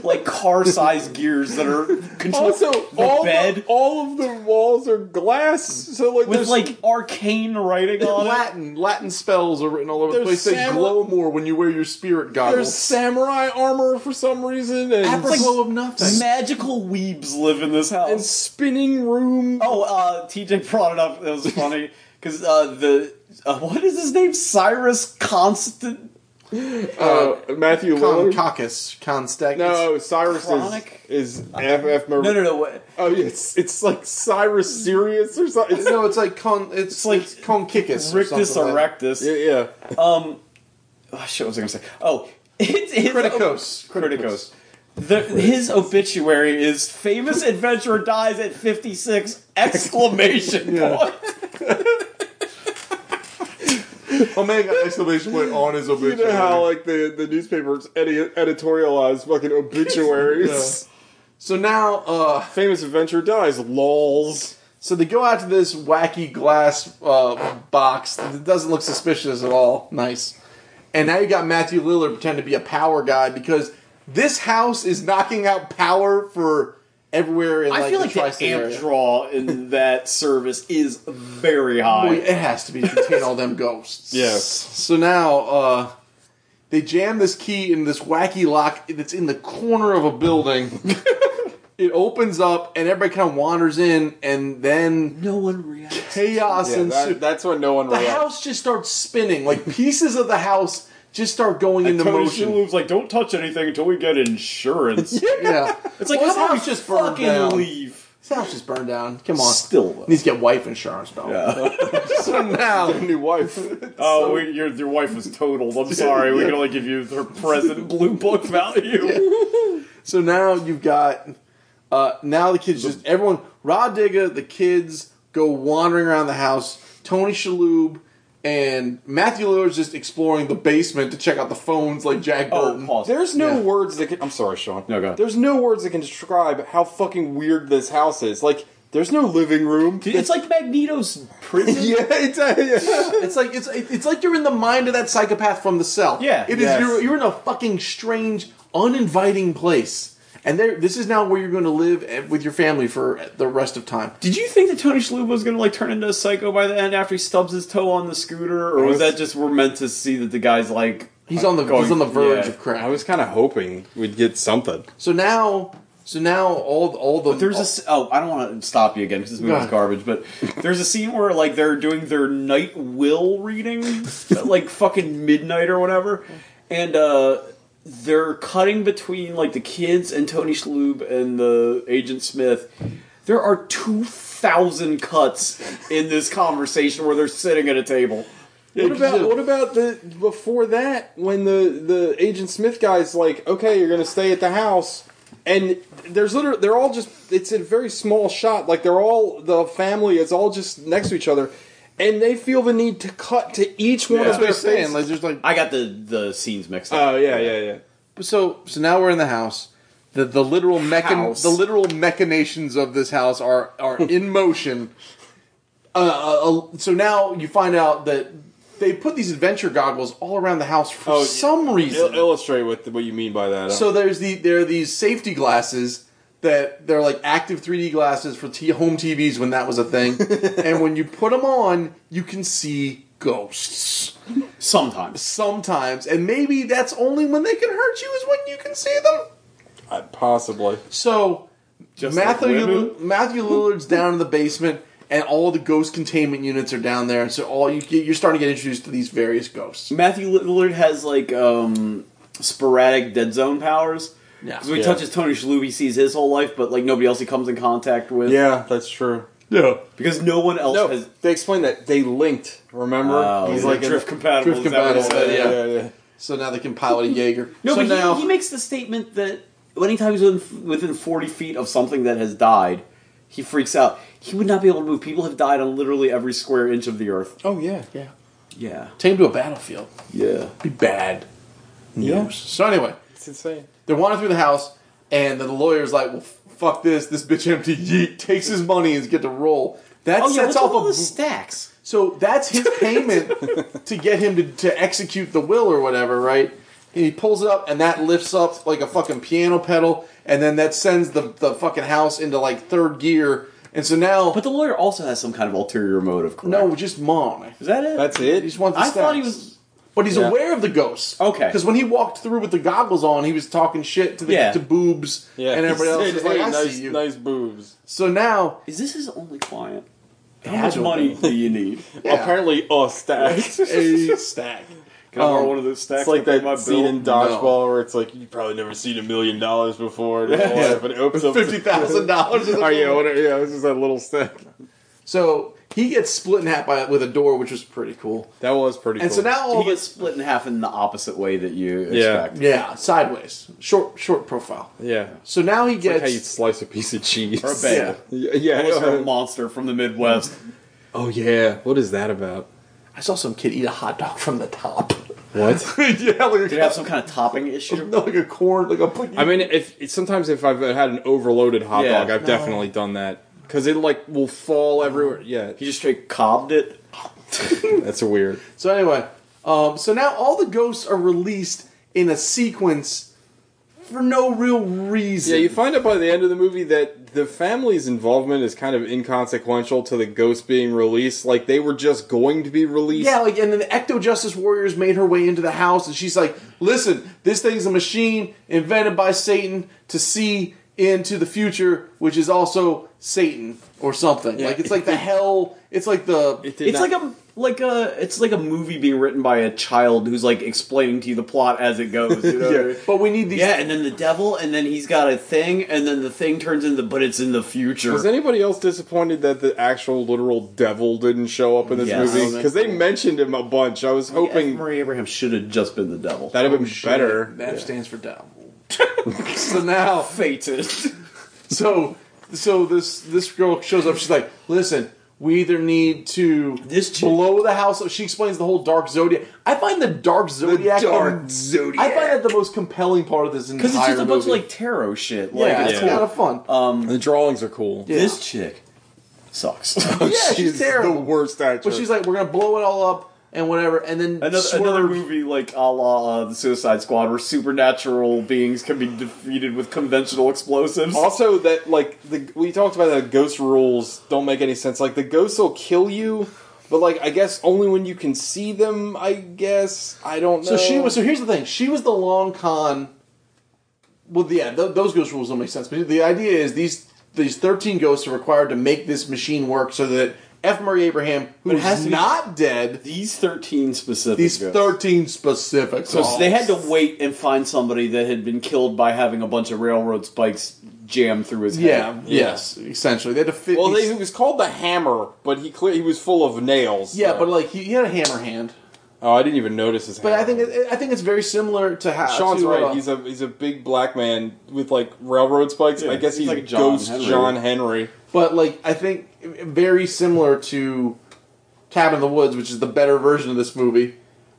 like car sized gears that are control
Also,
the
all
bed
The, all of the walls are glass, so like
with
there's-
like arcane writing on it.
Latin Latin spells are written all over the place.
There's
They
salmon-
glow more when you wear your spirit
there's
goggles.
samurai armor for some reason, and
Apropos of nothing.
Magical weebs live in this house.
and spinning room.
Oh, uh, TJ brought it up. It was funny because uh, the uh, what is his name? Cyrus Constant.
Uh, Matthew
Con-
Lillard.
Caucus, Constac.
no, Cyrus
Chronic?
is is FF Murray.
No, no, no. What?
Oh, yeah, it's it's like Cyrus Sirius or something.
It's,
It's,
no, it's like con. It's,
like
like Concicus. or
Rictus
something like
erectus.
yeah, yeah.
Um, oh, shit, what was I going to say? Oh, it's his
that. Criticos.
Criticos. The, his obituary is famous adventurer dies at 56 exclamation point.
Omega exclamation point on his
You
obituary.
know how like the the newspapers edi- editorialize fucking obituaries.
so now, uh,
Famous adventure dies. Lols.
so they go out to this wacky glass uh, box that doesn't look suspicious at all. Nice. And now you got Matthew Lillard pretending to be a power guy because this house is knocking out power for everywhere in like,
I feel
the
like the
tri-state area.
amp draw in that service is very
Well,
high.
Oh, it has to be to contain all them ghosts.
Yeah.
So now, uh, they jam this key in this wacky lock that's in the corner of a building. it opens up, and everybody kind of wanders in, and then
No one reacts.
chaos
Yeah,
ensues.
that, that's when no one
the
reacts.
house just starts spinning. Like, pieces of the house just start going into
Tony
motion.
Shalhoub's like, don't touch anything until we get insurance.
Yeah.
It's like,
Well, this
how about
house just burned
fucking
down.
leave?
This house just burned down. Come on.
Still, though.
Needs to get wife insurance, though. so now.
New wife.
Oh, we, your, your wife was totaled. I'm sorry. We can only give you her present blue book value.
So now you've got uh, now the kids just everyone Rod Digga, the kids go wandering around the house. Tony Shalhoub and Matthew Lillard's just exploring the basement to check out the phones like Jack Burton.
There's no
Oh, Yeah.
words that can. I'm sorry, Sean.
No, go ahead.
There's no words that can describe how fucking weird this house is. Like, there's no living room.
It's like Magneto's prison.
yeah, it's, yeah.
It's like it's it's like you're in the mind of that psychopath from the cell.
Yeah.
it is.
Yes.
You're, you're in a fucking strange, uninviting place, and there. This is now where you're going to live eh, with your family for the rest of time.
Did you think that Tony Shalhoub was going to like turn into a psycho by the end after he stubs his toe on the scooter, or was that just we're meant to see that the guy's like
He's on the he's
going-
on the verge
yeah.
of crap.
I was kind of hoping we'd get something.
So now, so now all all the
There's a s- oh I don't want to stop you again because this movie's
ahead.
garbage, but there's a scene where like they're doing their night will reading at, like fucking midnight or whatever, and uh they're cutting between like the kids and Tony Shalhoub and the Agent Smith. There are two thousand cuts in this conversation where they're sitting at a table.
What about
you-
what about the before that when the the Agent Smith guy's like, okay, you're gonna stay at the house,
And there's literally they're all just it's a very small shot. Like they're all the family is all just next to each other, and they feel the need to cut to each one of
That's what
their
I'm saying.
faces.
Like, there's like
I got the the scenes mixed up.
Oh yeah, yeah, yeah.
So so now we're in the house. The the literal mechan
House.
the literal machinations of this house are are in motion. Uh, Uh, uh, so now you find out that they put these adventure goggles all around the house for some reason.
Il- illustrate what what you mean by that.
So there's the there are these safety glasses that they're like active 3D glasses for t- home TVs when that was a thing, and when you put them on, you can see ghosts.
Sometimes,
sometimes, and maybe that's only when they can hurt you is when you can see them.
Uh, possibly.
So Matthew
like women?
Lillard- Matthew Lillard's down in the basement, and all the ghost containment units are down there, and so all you you're starting to get introduced to these various ghosts.
Matthew Lillard has like um sporadic dead zone powers.
Yeah.
Because when he
Yeah.
touches Tony Shalhoub, he sees his whole life, but like nobody else he comes in contact with.
Yeah, that's true.
Yeah,
because no one else
No,
has.
They explained that they linked. Remember,
Oh, yeah. Drift compatible,
Drift
is that what
compatible.
it is?
yeah,
Yeah,
So now they can pilot a Jaeger.
No,
so
but
now
he, he makes the statement that anytime he's within, within forty feet of something that has died, he freaks out. He would not be able to move. People have died on literally every square inch of the earth.
Oh yeah,
yeah,
yeah.
take him to a battlefield.
Yeah,
be bad.
Yeah.
News. So anyway,
It's insane.
They're wandering through the house, and then the lawyer's like, "Well, f- fuck this. This bitch empty yeet takes his money and get to roll." That
Oh, yeah,
sets
what's
off
with all
a
the
bo-
stacks.
So that's his payment to get him to, to execute the will or whatever, right? He pulls it up, and that lifts up like a fucking piano pedal, and then that sends the the fucking house into like third gear. And so now,
but the lawyer also has some kind of ulterior motive. Correct?
No, just mom.
Is that it?
That's it.
He just wants the
I thought he
stacks.
was.
But he's
Yeah.
aware of the ghosts.
Okay.
Because when he walked through with the goggles on, he was talking shit to the
Yeah.
to boobs
Yeah,
and everybody else
He
was
said,
like,
"Hey,
I
nice,
see you.
nice boobs.
So now
Is this his only client?
Yeah,
How much
I don't
money
know.
do you need?
Yeah.
Apparently, a stack.
a stack.
Can I borrow one of those stacks
It's like
to pay
that
my
scene
bill?
in Dodgeball where it's like you've probably never seen a million dollars before, in your
Yeah.
life, but it opens
It's
up to-
$50,000
Oh yeah, whatever, yeah, it's just that little stack.
So he gets split in half by with a door, which was pretty cool.
That was pretty.
And so now all
he
the-
gets split in half in the opposite way that you
Yeah.
expect.
Yeah, sideways, short short profile.
Yeah.
So now he
It's like
gets
how you slice a piece of cheese.
Or a bagel.
Yeah. yeah,
Unless you're a monster from the Midwest.
Oh yeah, what is that about?
I saw some kid eat a hot dog from the top.
What?
yeah, like
Did it have some kind of topping issue?
no, like a corn, like a.
I mean, if it's- sometimes if I've had an overloaded hot
Yeah.
dog, I've
No.
definitely done that because it like will fall everywhere. Yeah,
He just straight cobbed it.
that's a weird.
So anyway, um, so now all the ghosts are released in a sequence for no real reason.
Yeah, you find out by the end of the movie that the family's involvement is kind of inconsequential to the ghost being released. Like they were just going to be released.
Yeah, like, and then the Ecto Justice Warriors made her way into the house, and she's like, listen, this thing's a machine invented by Satan to see into the future, which is also Satan or something. like, it's like the hell, it's like the.
It's like a like a it's like a movie being written by a child who's like explaining to you the plot as it goes. You know?
Yeah, but we need these.
Yeah, and then the devil, and then he's got a thing, and then the thing turns into but it's in the future.
Was anybody else disappointed that the actual literal devil didn't show up in this
Yes.
movie? Because they mentioned him a bunch. I was hoping
Murray Abraham should have just been the devil.
that'd have been
shit.
better.
That stands for devil. so now
fated.
So so this this girl shows up. She's like, "Listen, we either need to blow the house up." She explains the whole dark zodiac. I find the dark zodiac
dark zodiac.
I find that the most compelling part of this entire
Because it's just a bunch of
movie.
like tarot shit.
yeah,
Like,
it's kind of fun.
Um,
the drawings are cool.
This chick sucks.
yeah, she's, terrible.
The worst actress.
But she's like, "We're gonna blow it all up." And whatever, and then
Another,
swerve.
another movie like a la uh, the Suicide Squad, where supernatural beings can be defeated with conventional explosives.
also that like the we talked about that ghost rules don't make any sense. Like the ghosts will kill you, but like I guess only when you can see them. I guess I don't know.
So she was. So here's the thing. She was the long con. Well, yeah, th- those ghost rules don't make sense. But the idea is these these thirteen ghosts are required to make this machine work so that F. Murray Abraham, who
But it has
is
to be-
not dead,
These thirteen specific.
these
ghosts.
thirteen specific.
So
ghosts.
they had to wait and find somebody that had been killed by having a bunch of railroad spikes jammed through his
Yeah.
head.
Yes. Essentially, they had to fit.
well, they,
these-
he was called the Hammer, but he clear he was full of nails.
yeah, but like he, he had a hammer hand.
Oh, I didn't even notice his.
But I think it- I think it's very similar to how
Sean's
to,
right.
uh,
he's a he's a big black man with like railroad spikes.
Yeah,
I guess
he's
he's,
like John
Ghost
Henry.
John Henry.
But like I think very similar to Cabin in the Woods, which is the better version of this movie.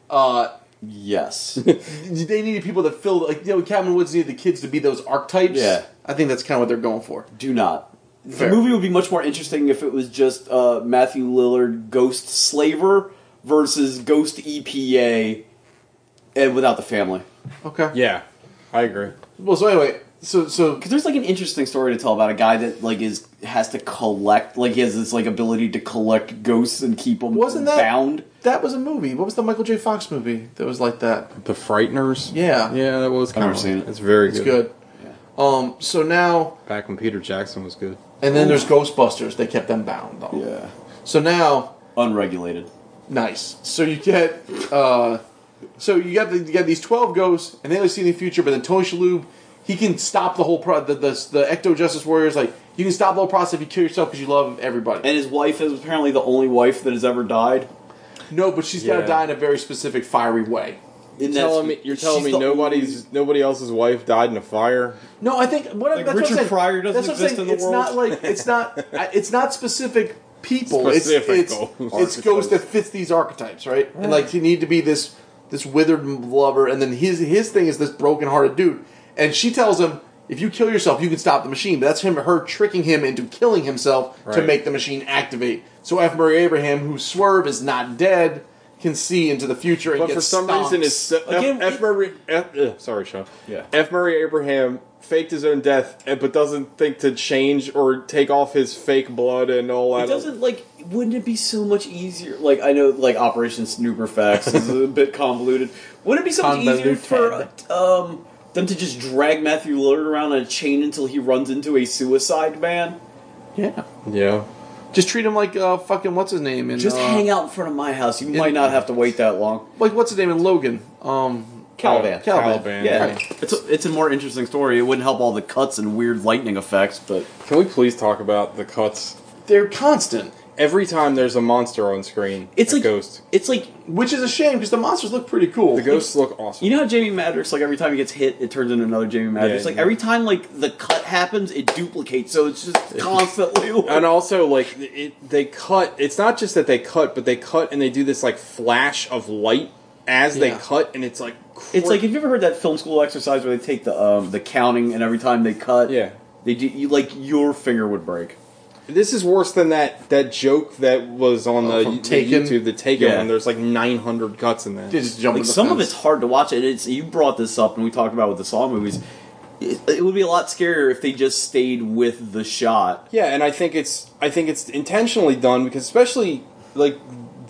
Uh
Yes.
they needed people that fill like you know Cabin in the Woods needed the kids to be those archetypes.
Yeah.
I think that's kind of what they're going for.
Do not.
Fair.
The movie would be much more interesting if it was just uh, Matthew Lillard Ghost Slaver versus Ghost EPA, and without the family.
Okay.
Yeah, I agree.
Well, so anyway, so so because
there's like an interesting story to tell about a guy that like is has to collect, like he has this like ability to collect ghosts and keep them
Wasn't that
bound.
That was a movie. What was the Michael J. Fox movie that was like that?
The Frighteners.
Yeah.
yeah, that was.
I've
Kind
never
of,
seen it.
It's very
It's
good.
good. Um. So now
Back when Peter Jackson was good.
And then there's Ghostbusters. They kept them bound, though.
Yeah.
So now
unregulated.
Nice. So you get uh, so you got the, you got these twelve ghosts, and they only see in the future. But then Tony Shalhoub, he can stop the whole pro the the, the Ecto Justice Warriors. Like you can stop the whole process if you kill yourself because you love everybody.
And his wife is apparently the only wife that has ever died.
No, but she's got
Yeah.
to die in a very specific fiery way.
You're telling me, you're telling me nobody's nobody else's wife died in a fire.
No, I think what I- that's what I'm
Richard
saying.
Pryor doesn't
that's what I'm
exist
saying.
in the
it's
world.
not like it's not I- it's not specific people. It's
Specific
it's,
archetypes.
it's ghosts that fits these archetypes, right? And like you need to be this this withered lover, and then his his thing is this broken hearted dude. And she tells him, if you kill yourself, you can stop the machine. But that's him her tricking him into killing himself to
Right.
make the machine activate. So F. Murray Abraham, who swerve is not dead, can see into the future and
But
gets
for some
stomped.
reason, it's so,
Again,
F, F. Murray. F, ugh, sorry, Sean.
Yeah.
F. Murray Abraham faked his own death, eh, but doesn't think to change or take off his fake blood and all that.
It doesn't like. Wouldn't it be so much easier? Like I know, like Operation Snooperfax is a bit convoluted. Wouldn't it be so much easier for um, them to just drag Matthew Lillard around on a chain until he runs into a suicide man?
yeah.
Yeah.
Just treat him like uh, fucking what's his name and
Just hang out in front of my house. You might not have to wait that long.
Like what's his name in Logan? Um,
Caliban.
Caliban.
Yeah,
Right.
it's a, it's a more interesting story. It wouldn't help all the cuts and weird lightning effects, but
can we please talk about the cuts?
They're constant.
Every time there's a monster on screen,
it's
a ghost.
It's like
which is a shame because the monsters look pretty cool.
The ghosts look awesome.
You know how Jamie Madrox, like every time he gets hit, it turns into another Jamie Madrox. like
yeah.
every time, like the cut happens, it duplicates, so it's just constantly.
and also like it, they cut it's not just that they cut but they cut and they do this like flash of light as they
Yeah.
cut and it's like
It's like have you ever heard that film school exercise where they take the um, the counting and every time they cut, yeah, they do you like your finger would break.
this is worse than that that joke that was on
Oh,
the,
from
the
Taken?
youtube the taken
Yeah.
one there's like 900 cuts in that
like, some of it's hard to watch, and it's you brought this up, and we talked about it with the Saw movies. It, it would be a lot scarier if they just stayed with the shot.
Yeah, and I think it's I think it's intentionally done because especially like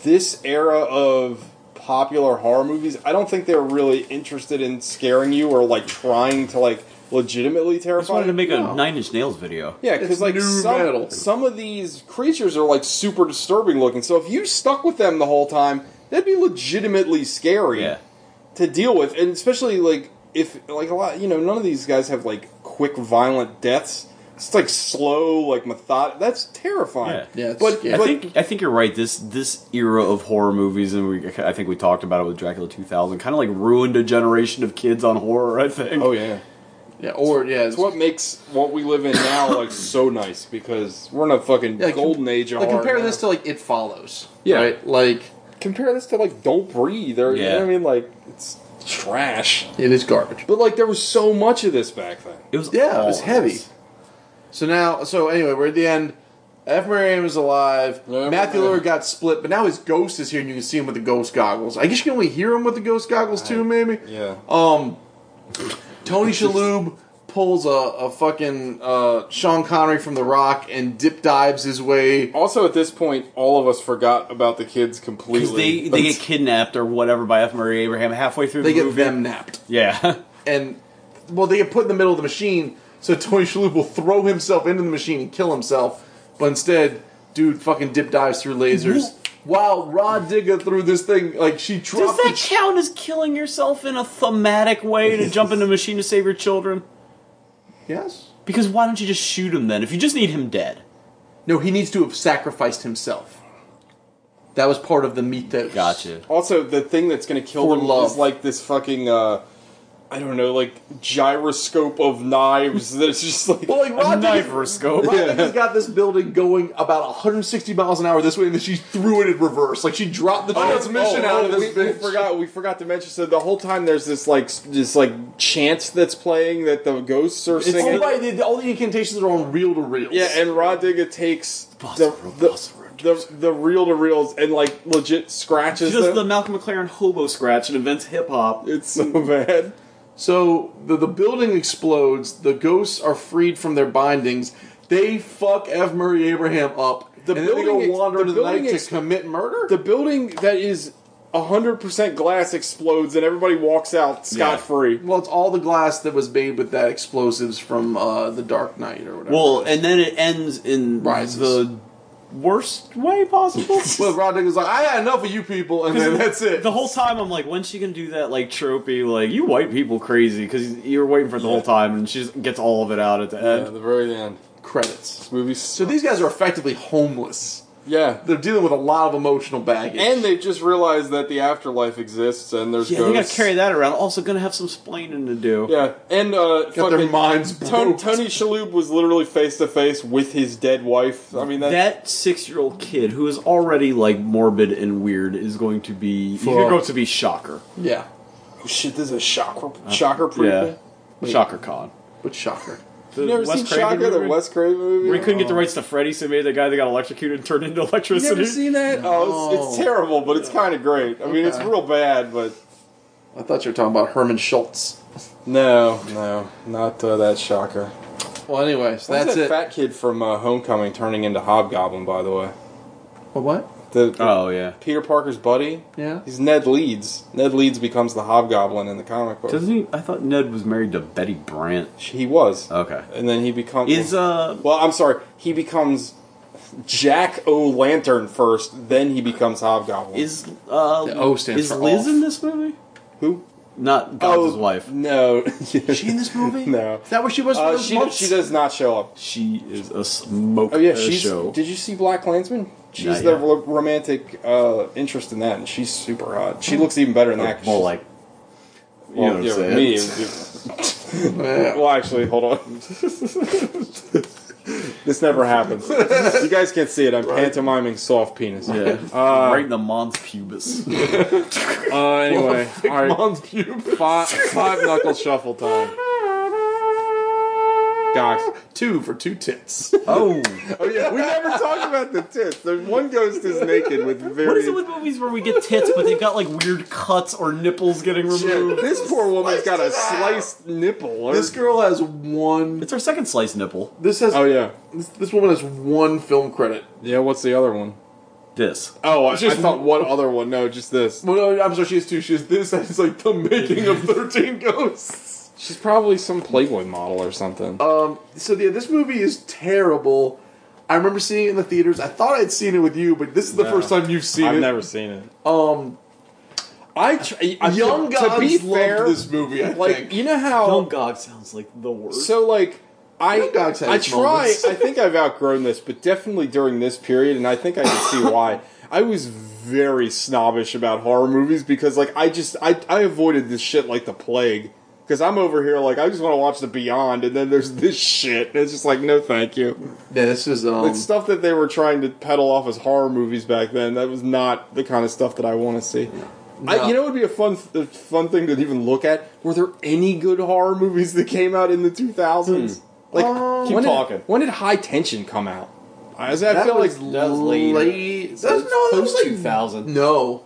this era of popular horror movies, I don't think they're really interested in scaring you or like trying to like legitimately terrify.
I just wanted to make
you.
a
No.
Nine Inch Nails video.
Yeah, because like some, some of these creatures are like super disturbing looking. So if you stuck with them the whole time, that'd be legitimately scary to deal with, and especially like if like a lot, you know, none of these guys have like quick violent deaths. It's like slow, like method. That's terrifying. but,
I
but
think I think you're right. This this era of horror movies, and we I think we talked about it with Dracula 2000, kind of like ruined a generation of kids on horror. I think.
Oh yeah,
yeah, or yeah,
it's what makes what we live in now like so nice because we're in a fucking
Yeah, like,
golden age of
like,
horror
compare
now.
this to like It Follows.
Yeah.
right? like
compare this to like Don't Breathe. Or, You know
Yeah.
what I mean? Like it's trash.
It is garbage.
But like there was so much of this back then.
It was
yeah, it was heavy. So now, so anyway, we're at the end. F. Murray is alive. Matthew Lillard got split, but now his ghost is here, and you can see him with the ghost goggles. I guess you can only hear him with the ghost goggles too, maybe.
Yeah.
Um, Tony Shalhoub pulls a, a fucking uh, Sean Connery from The Rock and dip dives his way.
Also, at this point, all of us forgot about the kids
Because
completely.
they, they get kidnapped or whatever by F. Murray Abraham halfway through
They
the
get
movie.
them napped.
Yeah.
and well, they get put in the middle of the machine, so Tony Shalhoub will throw himself into the machine and kill himself. But instead, dude fucking dip dives through lasers. Wow, Rod Digga threw this thing like she
Does
dropped.
that count as killing yourself in a thematic way to jump in a machine to save your children?
Yes.
Because why don't you just shoot him then? If you just need him dead.
No, he needs to have sacrificed himself. That was part of the mythos. Gotcha.
Also, the thing that's going to kill
For
them
love.
is like this fucking. Uh, I don't know, like gyroscope of knives. That's just like,
Well, like
a
Rod
kniferoscope.
Rod Diggs got this building going about 160 miles an hour this way, and then she threw it in reverse. Like she dropped the transmission out of this
Oh, we, we
bitch.
forgot. We forgot to mention. So the whole time there's this like s- this like chant that's playing that the ghosts are
It's
singing.
all, by the, all the incantations are on reel to reels.
Yeah, and Rod Digga takes the the, the the reel to reels and like legit scratches
Just
them.
the Malcolm McLaren hobo scratch and invents hip hop.
It's so bad.
So the, the building explodes. The ghosts are freed from their bindings. They fuck F. Murray Abraham up. The and then they go
building ex-
wander
the
into the
building
night
ex-
to commit murder.
the building that is 100% glass explodes and everybody walks out scot free.
Well, it's all the glass that was made with that explosives from uh, the Dark Knight or whatever.
Well, and then it ends in the worst way possible.
well, Rod Diggs is like, I had enough of you people, and then that's it.
The whole time I'm like, when's she gonna do that like tropey like you white people crazy because you're waiting for it the whole time and she just gets all of it out at the end.
the very end.
Credits. This
movie
So these guys are effectively homeless.
Yeah.
They're dealing with a lot of emotional baggage.
And they've just realized that the afterlife exists and there's
Yeah, they gotta
ghosts.
carry that around. Also, gonna have some splaining to do.
yeah, and uh,
Got their minds
Tony,
blown.
Tony Shalhoub was literally face to face with his dead wife. I mean, that's,
that six-year-old kid who is already like morbid and weird is going to be
For-
you're going to be shocker.
Yeah.
Oh shit! This is a shocker, shocker
Yeah,
prequel. Wait.
shocker con.
But shocker.
You never seen Shocker, the Wes Craven movie?
We couldn't get the rights to Freddy, so they made the guy that got electrocuted and turned into
You
electricity.
never seen that? Oh, it's, it's
No.
terrible, but it's kind of great. I mean, it's
Okay.
real bad, but
I thought you were talking about Herman Schultz.
no, no, not uh, that shocker.
Well, anyway, so
Why is
that's
that
it.
fat kid from uh, Homecoming turning into Hobgoblin, by the way?
Well, what?
The,
oh, yeah.
Peter Parker's buddy?
Yeah.
He's Ned Leeds. Ned Leeds becomes the Hobgoblin in the comic book.
Doesn't he? I thought Ned was married to Betty Brant.
He was.
Okay.
And then he becomes.
Is, uh.
Well, I'm sorry. He becomes Jack O' Lantern first, then he becomes Hobgoblin.
Is, uh.
The O stands
is
for
Liz
off.
in this movie?
Who?
Not God's
Oh,
wife.
No. Is
she in this movie?
No.
Is that where she was for
Uh,
those
she,
months?
she does not show up.
She is a smoke
Oh yeah,
uh,
she's.
show.
Did you see Black Klansman? She's
Not
the
yet.
ro- romantic uh, interest in that, and she's super hot. She looks even better in that. 'cause
More
she's-
like. You
Well,
know what
yeah,
I'm saying?
me. it would be- well, actually, hold on. this never happens. You guys can't see it. I'm pantomiming soft penis.
Yeah.
Uh,
right in the Mons pubis.
Uh, anyway,
Well,
all right.
Mom's
Five, five knuckle shuffle time. Guys,
two for two tits.
Oh.
Oh yeah, we never talked about the tits. The one ghost is naked with very.
What is it with movies where we get tits, but they've got like weird cuts or nipples getting removed?
this poor woman's got a sliced nipple.
This girl has one.
It's her second sliced nipple.
This has.
Oh yeah,
This, this woman has one film credit.
yeah. What's the other one?
This.
Oh, I,
It's just-
I thought one other one. No, just this.
Well, no, I'm sorry, she has two. She has this, and it's like the making of 13 Ghosts.
She's probably some Playboy model or something.
Um, so yeah, this movie is terrible. I remember seeing it in the theaters. I thought I'd seen it with you, but this is the
No.
first time you've seen
I've
it.
never seen it.
Um,
I, tr- I
Young
to, to be
Gods loved
fair,
this movie, I
like
think.
you know how
Young Gog sounds like the worst.
So like I
Young Gog's had
I
its
try
moments.
I think I've outgrown this, but definitely during this period and I think I can see why. I was very snobbish about horror movies because like I just I I avoided this shit like the plague. Cause I'm over here like I just want to watch the Beyond, and then there's this shit. It's just like no, thank you.
Yeah, this is um,
It's stuff that they were trying to peddle off as horror movies back then. That was not the kind of stuff that I want to see. I,
No.
you know, it would be a fun, a fun thing to even look at. Were there any good horror movies that came out in the 2000s? Like,
Um,
when
Keep
did,
talking.
when did High Tension come out? I, was- I
that
feel like
was
that was later.
late. That's, no, that was like
2000.
No,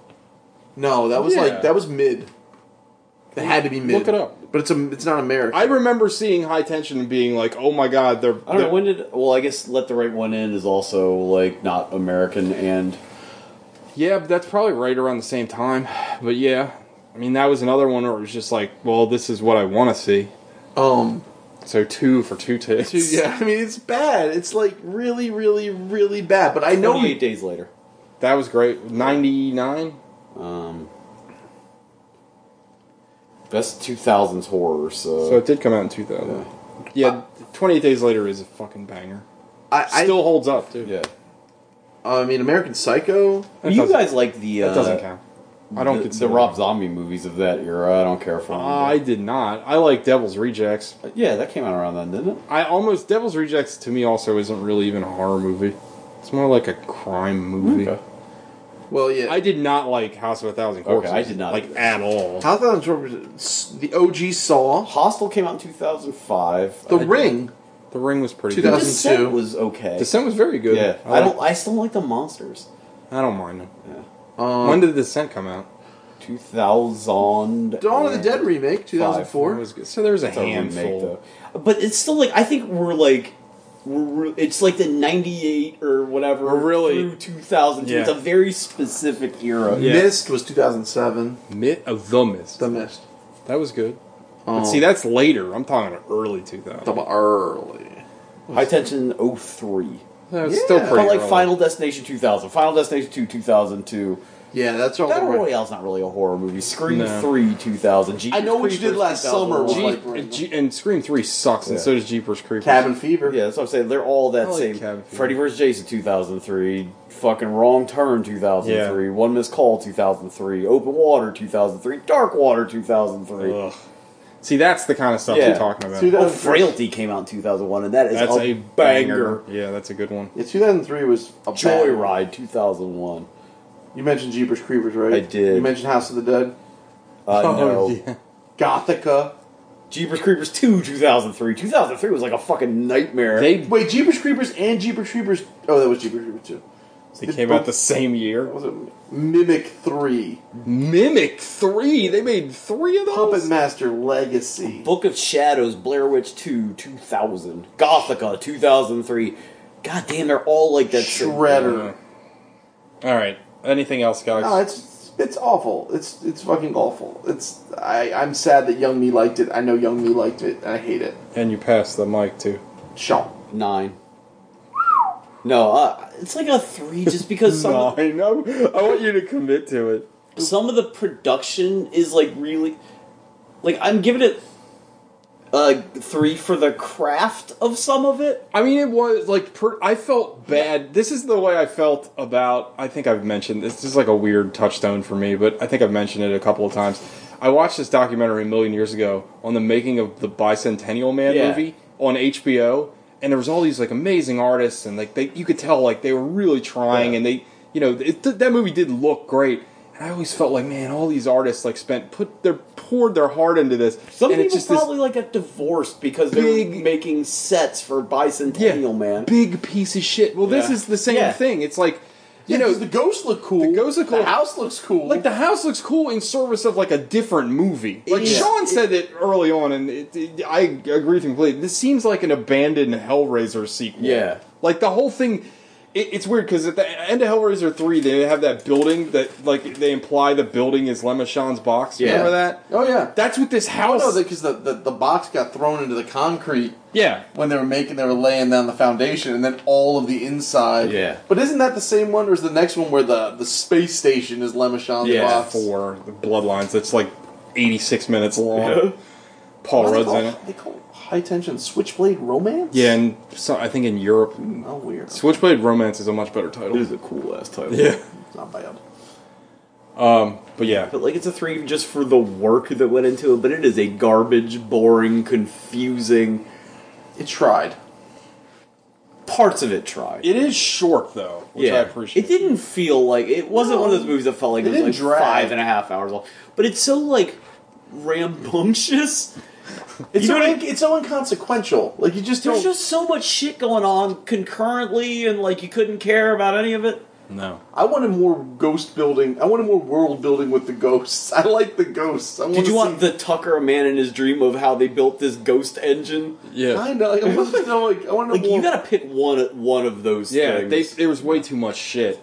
no, that was
Yeah.
like that was mid. It had to be mid.
Look it up.
but it's a, it's not American.
I remember seeing High Tension and being like, "Oh my god, they're."
I don't know
they're-
when did. Well, I guess "Let the Right One In" is also like not American, and
Yeah, but that's probably right around the same time. But yeah, I mean, that was another one where it was just like, "Well, this is what I want to see."
Um,
So two for two ticks.
Dude, yeah, I mean it's bad. It's like really, really, really bad. But I know we-
eight days later.
That was great. 99?
Um, that's two thousands horror. So,
So it did come out in 2000. Yeah, 28 Days Later is a fucking banger.
I, I
Still holds up, dude.
yeah,
I mean, American Psycho.
you guys like the. Uh,
That doesn't count. I don't
the,
consider Uh,
the Rob Zombie movies of that era. I don't care for them.
I did not. I like Devil's Rejects.
Yeah, that came out around then, didn't it?
I almost Devil's Rejects to me also isn't really even a horror movie. It's more like a crime movie.
Well, yeah.
I did not like House of a Thousand Corpses.
I did not
like
either.
at all.
How Thousand Corpses? The OG Saw.
Hostel came out in 2005.
The
I-
Ring.
The Ring was pretty good.
2000.
Descent was okay.
Descent was very good.
Yeah, I, don't. I still don't like the monsters.
I don't mind them.
Um,
when did Descent come out?
2000.
Dawn of the Dead remake, 2004.
It was good. So there was a
It's a remake,
handful.
though. But it's still like I think we're like we're, re- it's like the 98 or whatever
We're really-
through 2002. It's a
Yeah.
very specific era.
Yeah.
Mist was 2007.
Myth of the Mist.
The Mist.
That was good.
Um,
But see, that's later. I'm talking early 2000.
the early.
High Tension 03.
That was still
Yeah.
pretty
But like
early.
Final Destination 2000, Final Destination 2 2002.
Yeah, that's all.
Battle
the-
Royale's not really a horror movie. Scream
No.
3 2000.
I know what you did
Jeepers
last summer was
Gee-
2001.
like right
Gee- and Scream 3 sucks, and
Yeah.
so does Jeepers Creepers.
Cabin Fever.
Yeah, that's what I'm saying. They're all that
I like
same.
Cabin Fever.
Freddy vs. Jason 2003, fucking Wrong Turn 2003, One Missed Call 2003, Open Water 2003, Dark Water 2003.
Ugh. See, that's the kind of stuff
Yeah.
you're talking about.
See, that-
Oh, Frailty came out in 2001, and that is
that's
a,
a
banger.
banger. Yeah, that's a good one.
Yeah, 2003 was a bad-
Joyride 2001.
You mentioned Jeepers Creepers, right?
I did.
You mentioned House of the Dead,
Uh, no.
yeah.
Gothica.
Jeepers Creepers 2 2003. 2003 was like a fucking nightmare.
They,
Wait, Jeepers Creepers and Jeepers Creepers. Oh, that was Jeepers Creepers too.
they came out the same year.
Was it Mimic Three?
Mimic 3. They made three of
Puppet
those?
Master Legacy.
Book of Shadows, Blair Witch 2 2000, Gothica 2003. God damn, they're all like that. same-
Shredder.
All right. Anything else, guys?
No, it's it's awful. It's it's fucking awful. It's I I'm sad that Young Me liked it. I know Young Me liked it. and I hate it.
and you passed the mic, too.
Sean.
Nine. No, uh, it's like a three just because some of,
I know. I want you to commit to it.
the, some of the production is like really, like I'm giving it a three for the craft of some of it.
I mean, it was like per, I felt bad. This is the way I felt about. I think I've mentioned this is like a weird touchstone for me, but I think I've mentioned it a couple of times. I watched this documentary a million years ago on the making of the Bicentennial Man
Yeah.
movie on HBO, and there was all these like amazing artists, and like they, you could tell like they were really trying,
Yeah.
and they, you know, it, th- that movie did look great. And I always felt like, man, all these artists like spent put their poured their heart into this.
Some
and it's
people
just this-
probably like got divorced because they're
Big-
making sets for Bicentennial Man.
big piece of shit. Well, this
Yeah.
is the same
Yeah.
thing. It's like you
You
know,
know the ghosts look cool.
The ghosts look cool.
The house looks cool.
like the house looks cool in service of like a different movie. Like
is-
Sean said it early on, and it, it, I agree completely. This seems like an abandoned Hellraiser sequel.
Yeah.
like the whole thing. It, it's weird because at the end of Hellraiser three, they have that building that like they imply the building is Lemishon's box.
Yeah.
Remember that?
oh yeah.
That's what this house.
no, because the, the the box got thrown into the concrete.
yeah,
when they were making they were laying down the foundation and then all of the inside.
Yeah.
Uh, But isn't that the same one or is the next one where the, the space station is Lemishon's
Yeah,
box?
for the Bloodlines. That's like eighty six minutes long. Paul
What do they
Rudd's
call
in it.
They call it high tension switchblade romance?
Yeah, and so I think in Europe,
Oh weird.
Switchblade Romance is a much better title.
It is a cool ass title.
Yeah,
It's not bad.
but yeah,
But like it's a three just for the work that went into it, but it is a garbage, boring, confusing
It tried.
parts of it tried.
it is short though, which I appreciate.
It didn't feel like it wasn't one of those movies that felt like
It
it, was like
didn't drag.
five and a half hours long. But it's so like rambunctious.
It's
You
so
know what
inc- it's so inconsequential. Like you just
There's
don't
just so much shit going on concurrently and like you couldn't care about any of it.
No,
I wanted more ghost building. I wanted more world building with the ghosts. I like the ghosts. I
Did you want
see-
the Tucker a man in his dream of how they built this ghost engine?
yeah,
Kinda, like, I want to know like I want to
Like
know more
you gotta pick one one of those
yeah. They,
things.
there was way too much shit,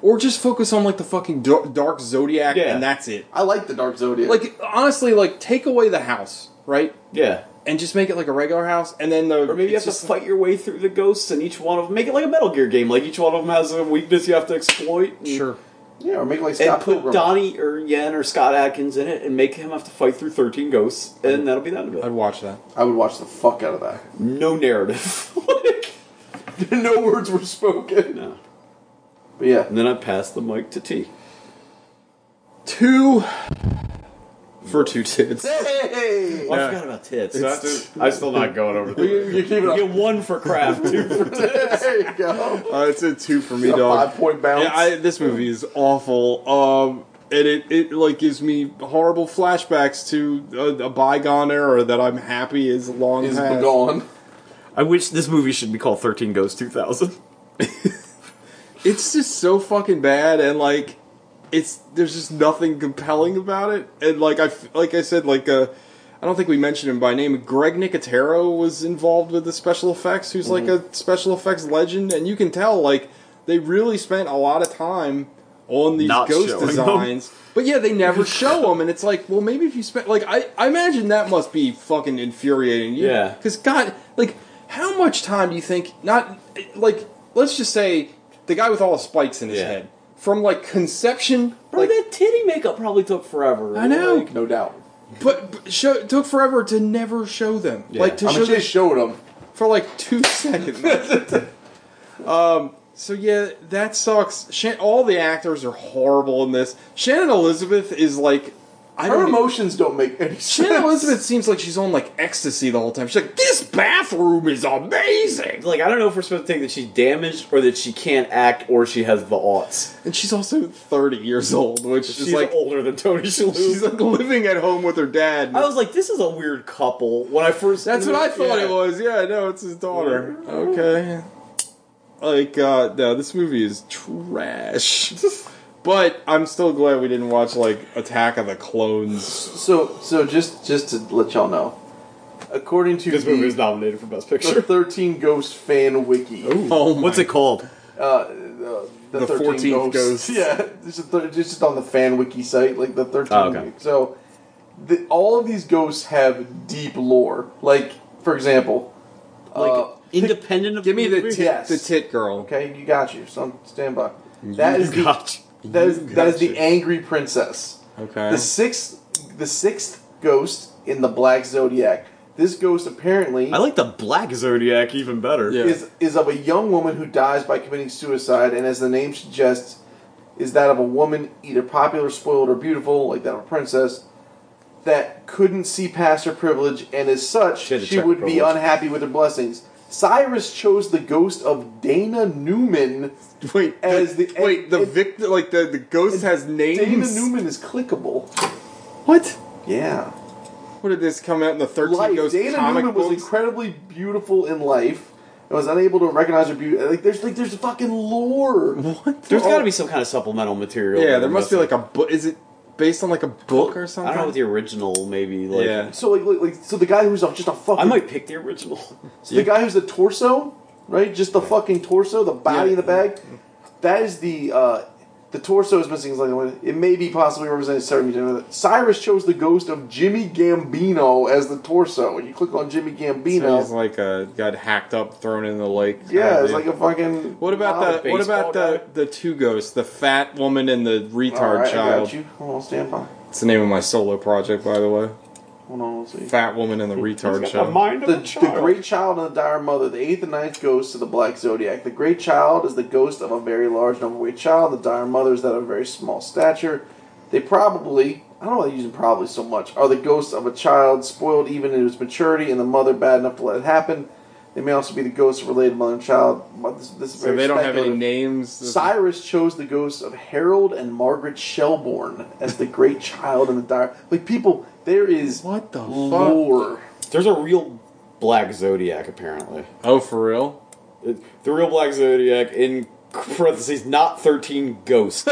or just focus on like the fucking dar- Dark Zodiac,
Yeah.
and that's it.
I like the Dark Zodiac.
Like honestly, like take away the house, right,
yeah.
and just make it like a regular house, and then the
Or maybe you have
it's
to
just-
fight your way through the ghosts, and each one of them make it like a Metal Gear game. Like each one of them has a weakness you have to exploit. And,
Sure,
yeah, or make like
And
Scott
put
Pilgrim.
Donnie or Yen or Scott Atkins in it, and make him have to fight through thirteen ghosts,
Mm-hmm.
and that'll be the end of
I'd
it.
watch that.
I would watch the fuck out of that.
No narrative. Like,
no words were spoken.
no.
But yeah.
And then I passed the mic to T.
Two for two tits.
Hey!
Oh, I forgot about tits.
It's-
It's-
I'm still not going over the
You, you keep it
You
up.
get one for craft, two for tits.
There you go.
Uh, it's a two for me,
A
dog.
five-point bounce.
Yeah, I, this movie is awful. Um, and it, it like gives me horrible flashbacks to a, a bygone era that I'm happy is long
Is
past.
gone.
I wish this movie should be called 13 Goes 2000.
It's just so fucking bad, and like, it's there's just nothing compelling about it. And like I f- like I said, like uh, I don't think we mentioned him by name. Greg Nicotero was involved with the special effects, who's like a special effects legend, and you can tell like they really spent a lot of time on these
Not
ghost
showing
designs. But yeah, they never show them, and it's like, well, maybe if you spent like I, I imagine that must be fucking infuriating. You-
Yeah.
because God, like, how much time do you think not like let's just say the guy with all the spikes in his
Yeah.
head from like conception,
Bro,
like,
that titty makeup probably took forever.
I know.
Like,
No doubt.
but, but show, it took forever to never show them, like to
I
show
mean,
them
they showed him.
for like two seconds. um, so yeah, that sucks. Shan- all the actors are horrible in this. Shannon Elizabeth is like, I
Her
don't. e-
emotions don't make any sense.
Shannon Elizabeth seems like she's on like ecstasy the whole time. She's like, "This bathroom is amazing,"
like, I don't know if we're supposed to think that she's damaged or that she can't act or she has the aughts.
and she's also thirty years old, which
She's
is like
older than Tony
she's
Shalhoub.
like living at home with her dad.
I was like, this is a weird couple. When I first,
That's what I thought
Yeah.
it was. Yeah, no, it's his daughter. Okay. Like, uh, no, this movie is trash. but I'm still glad we didn't watch, like, Attack of the Clones.
So, so just just to let y'all know, according to
This
the,
movie was nominated for Best
the
Picture.
13 Ghost fan wiki,
Oh, my-
called?
uh, uh,
The 14 Ghosts.
Yeah, this is thir- this is on the fan wiki site, like the 13.
Oh, okay.
So, the, all of these ghosts have deep lore. Like, for example,
Like
uh,
independent of
Give me the tit,
Yes.
the tit girl.
okay, you got you. So stand by. That is the,
Gotcha.
that is
You
that is
gotcha.
the angry princess.
Okay.
The sixth, the sixth ghost in the Black Zodiac. This ghost apparently
I like the Black Zodiac even better.
Yeah.
is is of a young woman who dies by committing suicide, and as the name suggests, is that of a woman either popular, spoiled, or beautiful, like that of a princess, that couldn't see past her privilege, and as such,
She had
she,
to check her
would be
privilege.
unhappy with her blessings. Cyrus chose the ghost of Dana Newman.
Wait,
As
the,
the-
wait, the
it-
victim, like, the, the ghost has
Dana
names?
Newman is clickable.
What?
Yeah.
What did this come out in the 13
life.
Ghost
Dana
comic
Newman was
books?
incredibly beautiful in life and was unable to recognize her beauty. Like there's like there's fucking lore.
what?
There's got to be some kind of supplemental material.
Yeah, there must be,
missing.
like, a book. Is it based on, like, a book or something?
I don't know what the original maybe like.
Yeah.
So like, like like so the guy who's a, just a fucking
I might pick the original.
so the guy who's the torso right just the fucking torso the body
Yeah.
in the bag that is the uh the torso is missing like one- it may be possibly represented certain Cyrus chose the ghost of Jimmy Gambino as the torso and you click on Jimmy
So
Gambino
he's like uh, got hacked up, thrown in the lake.
yeah
Uh,
it's
dude.
like a fucking
what about the what about uh, the the two ghosts, the fat woman and the
all
retard
right, I
child?
got you hold on stand by
It's the name of my solo project, by the way.
hold on let's see
Fat woman and the retard child.
the, the great child and the dire mother, the eighth and ninth ghosts of the black zodiac. The great child is the ghost of a very large and overweight child. The dire mother is that of a very small stature. They probably, I don't know why they're using probably so much, are the ghosts of a child spoiled even in his maturity and the mother bad enough to let it happen. They may also be the ghosts of related mother and child. But This, this is
so
very
they don't have any
speculative.
names.
Cyrus chose the ghosts of Harold and Margaret Shelbourne as the great child and the dire. Like people, there is
What the fuck?
lore.
There's a real black zodiac apparently.
Oh, for real?
It- The real black zodiac in parentheses not 13 ghosts.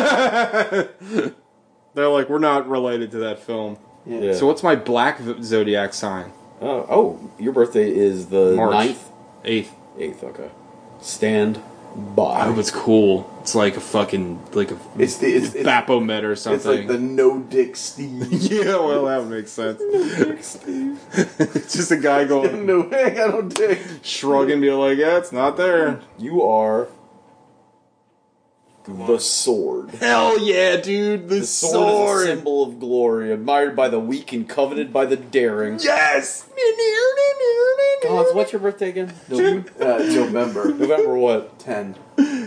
They're like we're not related to that film.
Yeah.
So what's my black v- zodiac sign?
oh, oh, your birthday is the
March.
ninth,
Eighth.
8th, okay. Stand by.
Oh, it's cool. It's like a fucking like a
It's the- it's- it's-
Baphomet or
It's like
something.
the no dick Steve.
yeah, well that makes sense. It's just a guy going
no way, I don't dick.
shrug and be like, yeah, it's not there.
you are the sword.
Hell yeah, dude, the,
The sword,
sword.
is a symbol of glory, admired by the weak and coveted by the daring.
yes!
Gods, what's your birthday again? November?
Uh, November
November what?
10.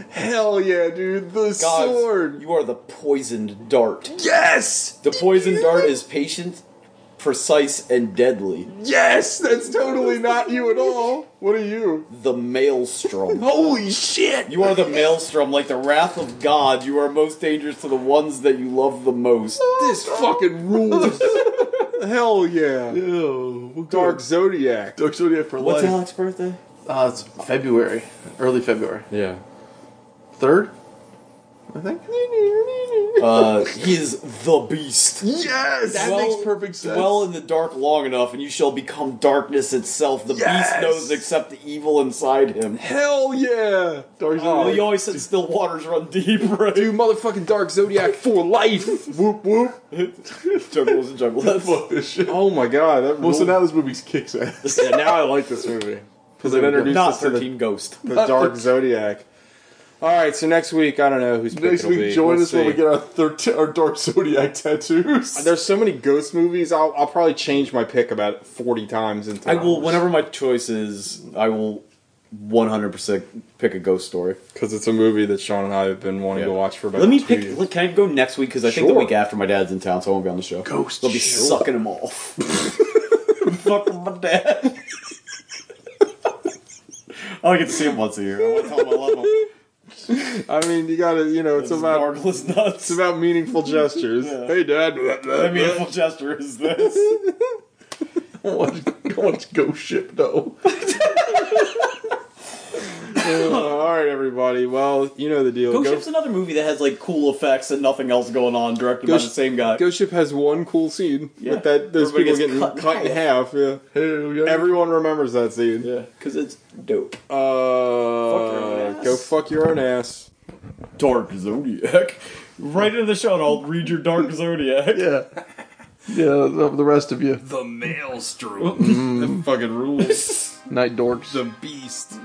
Hell yeah, dude! The
sword. You are the poisoned dart.
Yes.
The poisoned dart is patient, precise, and deadly.
Yes, that's totally not you at all. What are you?
The maelstrom.
Holy shit!
You are the maelstrom, like the wrath of God. You are most dangerous to the ones that you love the most.
This fucking rules. Hell yeah. Dark Zodiac.
Dark Zodiac for
What's
life.
Alex's birthday?
Uh, it's February, early February.
Yeah.
Third, I think.
Uh, he is the beast.
Yes!
That makes perfect sense.
Dwell in the dark long enough, and you shall become darkness itself. The
Yes!
beast knows except the evil inside him.
Hell yeah! Dark
Oh, he always said, "Still waters run deep." Right?
Dude, motherfucking Dark Zodiac for life. whoop whoop.
Juggalos and juggalettes.
Fuck this shit.
Oh my god, that
Well, so
ruled.
now this movie kicks ass.
yeah, now I like this movie because it introduced
Not
us to the,
thirteen ghost.
the Dark Zodiac. All right, so next week I don't know who's
Next week, join us when we get our third our Dark Zodiac tattoos.
There's so many ghost movies. I'll, I'll probably change my pick about 40 times in
I
time.
will. Whenever my choice is, I will one hundred percent pick a ghost story.
because it's a movie that Sean and I have been wanting to watch for about
Let me
two
pick.
years.
Look, can I go next week? Because I think the
Sure.
week after my dad's in town, so I won't be on the show.
Ghost
They'll be
show.
sucking him off. Fucking my dad. I get to see him once a year. I want to tell him I love him.
I mean, you gotta, you know, it's
It's
about
marvelous nuts.
it's about meaningful gestures. Hey, Dad.
What meaningful gesture is this?
Don't watch, don't watch Ghost Ship, though.
all right, everybody. Well, you know the deal.
Ghost
Go-
Ship's another movie that has like cool effects and nothing else going on, directed by
Ghost-
the same guy.
Ghost Ship has one cool scene with that those
Everybody
people
gets
getting cut,
cut
in
in
half. Yeah.
Hell yeah.
Everyone remembers that scene.
yeah, because it's dope.
Uh,
Fuck your own
go
ass.
fuck your own ass.
Dark Zodiac. Right into the show, and I'll read your Dark Zodiac.
yeah. Yeah, the, the rest of you.
The maelstrom.
That fucking rules.
Night dorks.
the beast.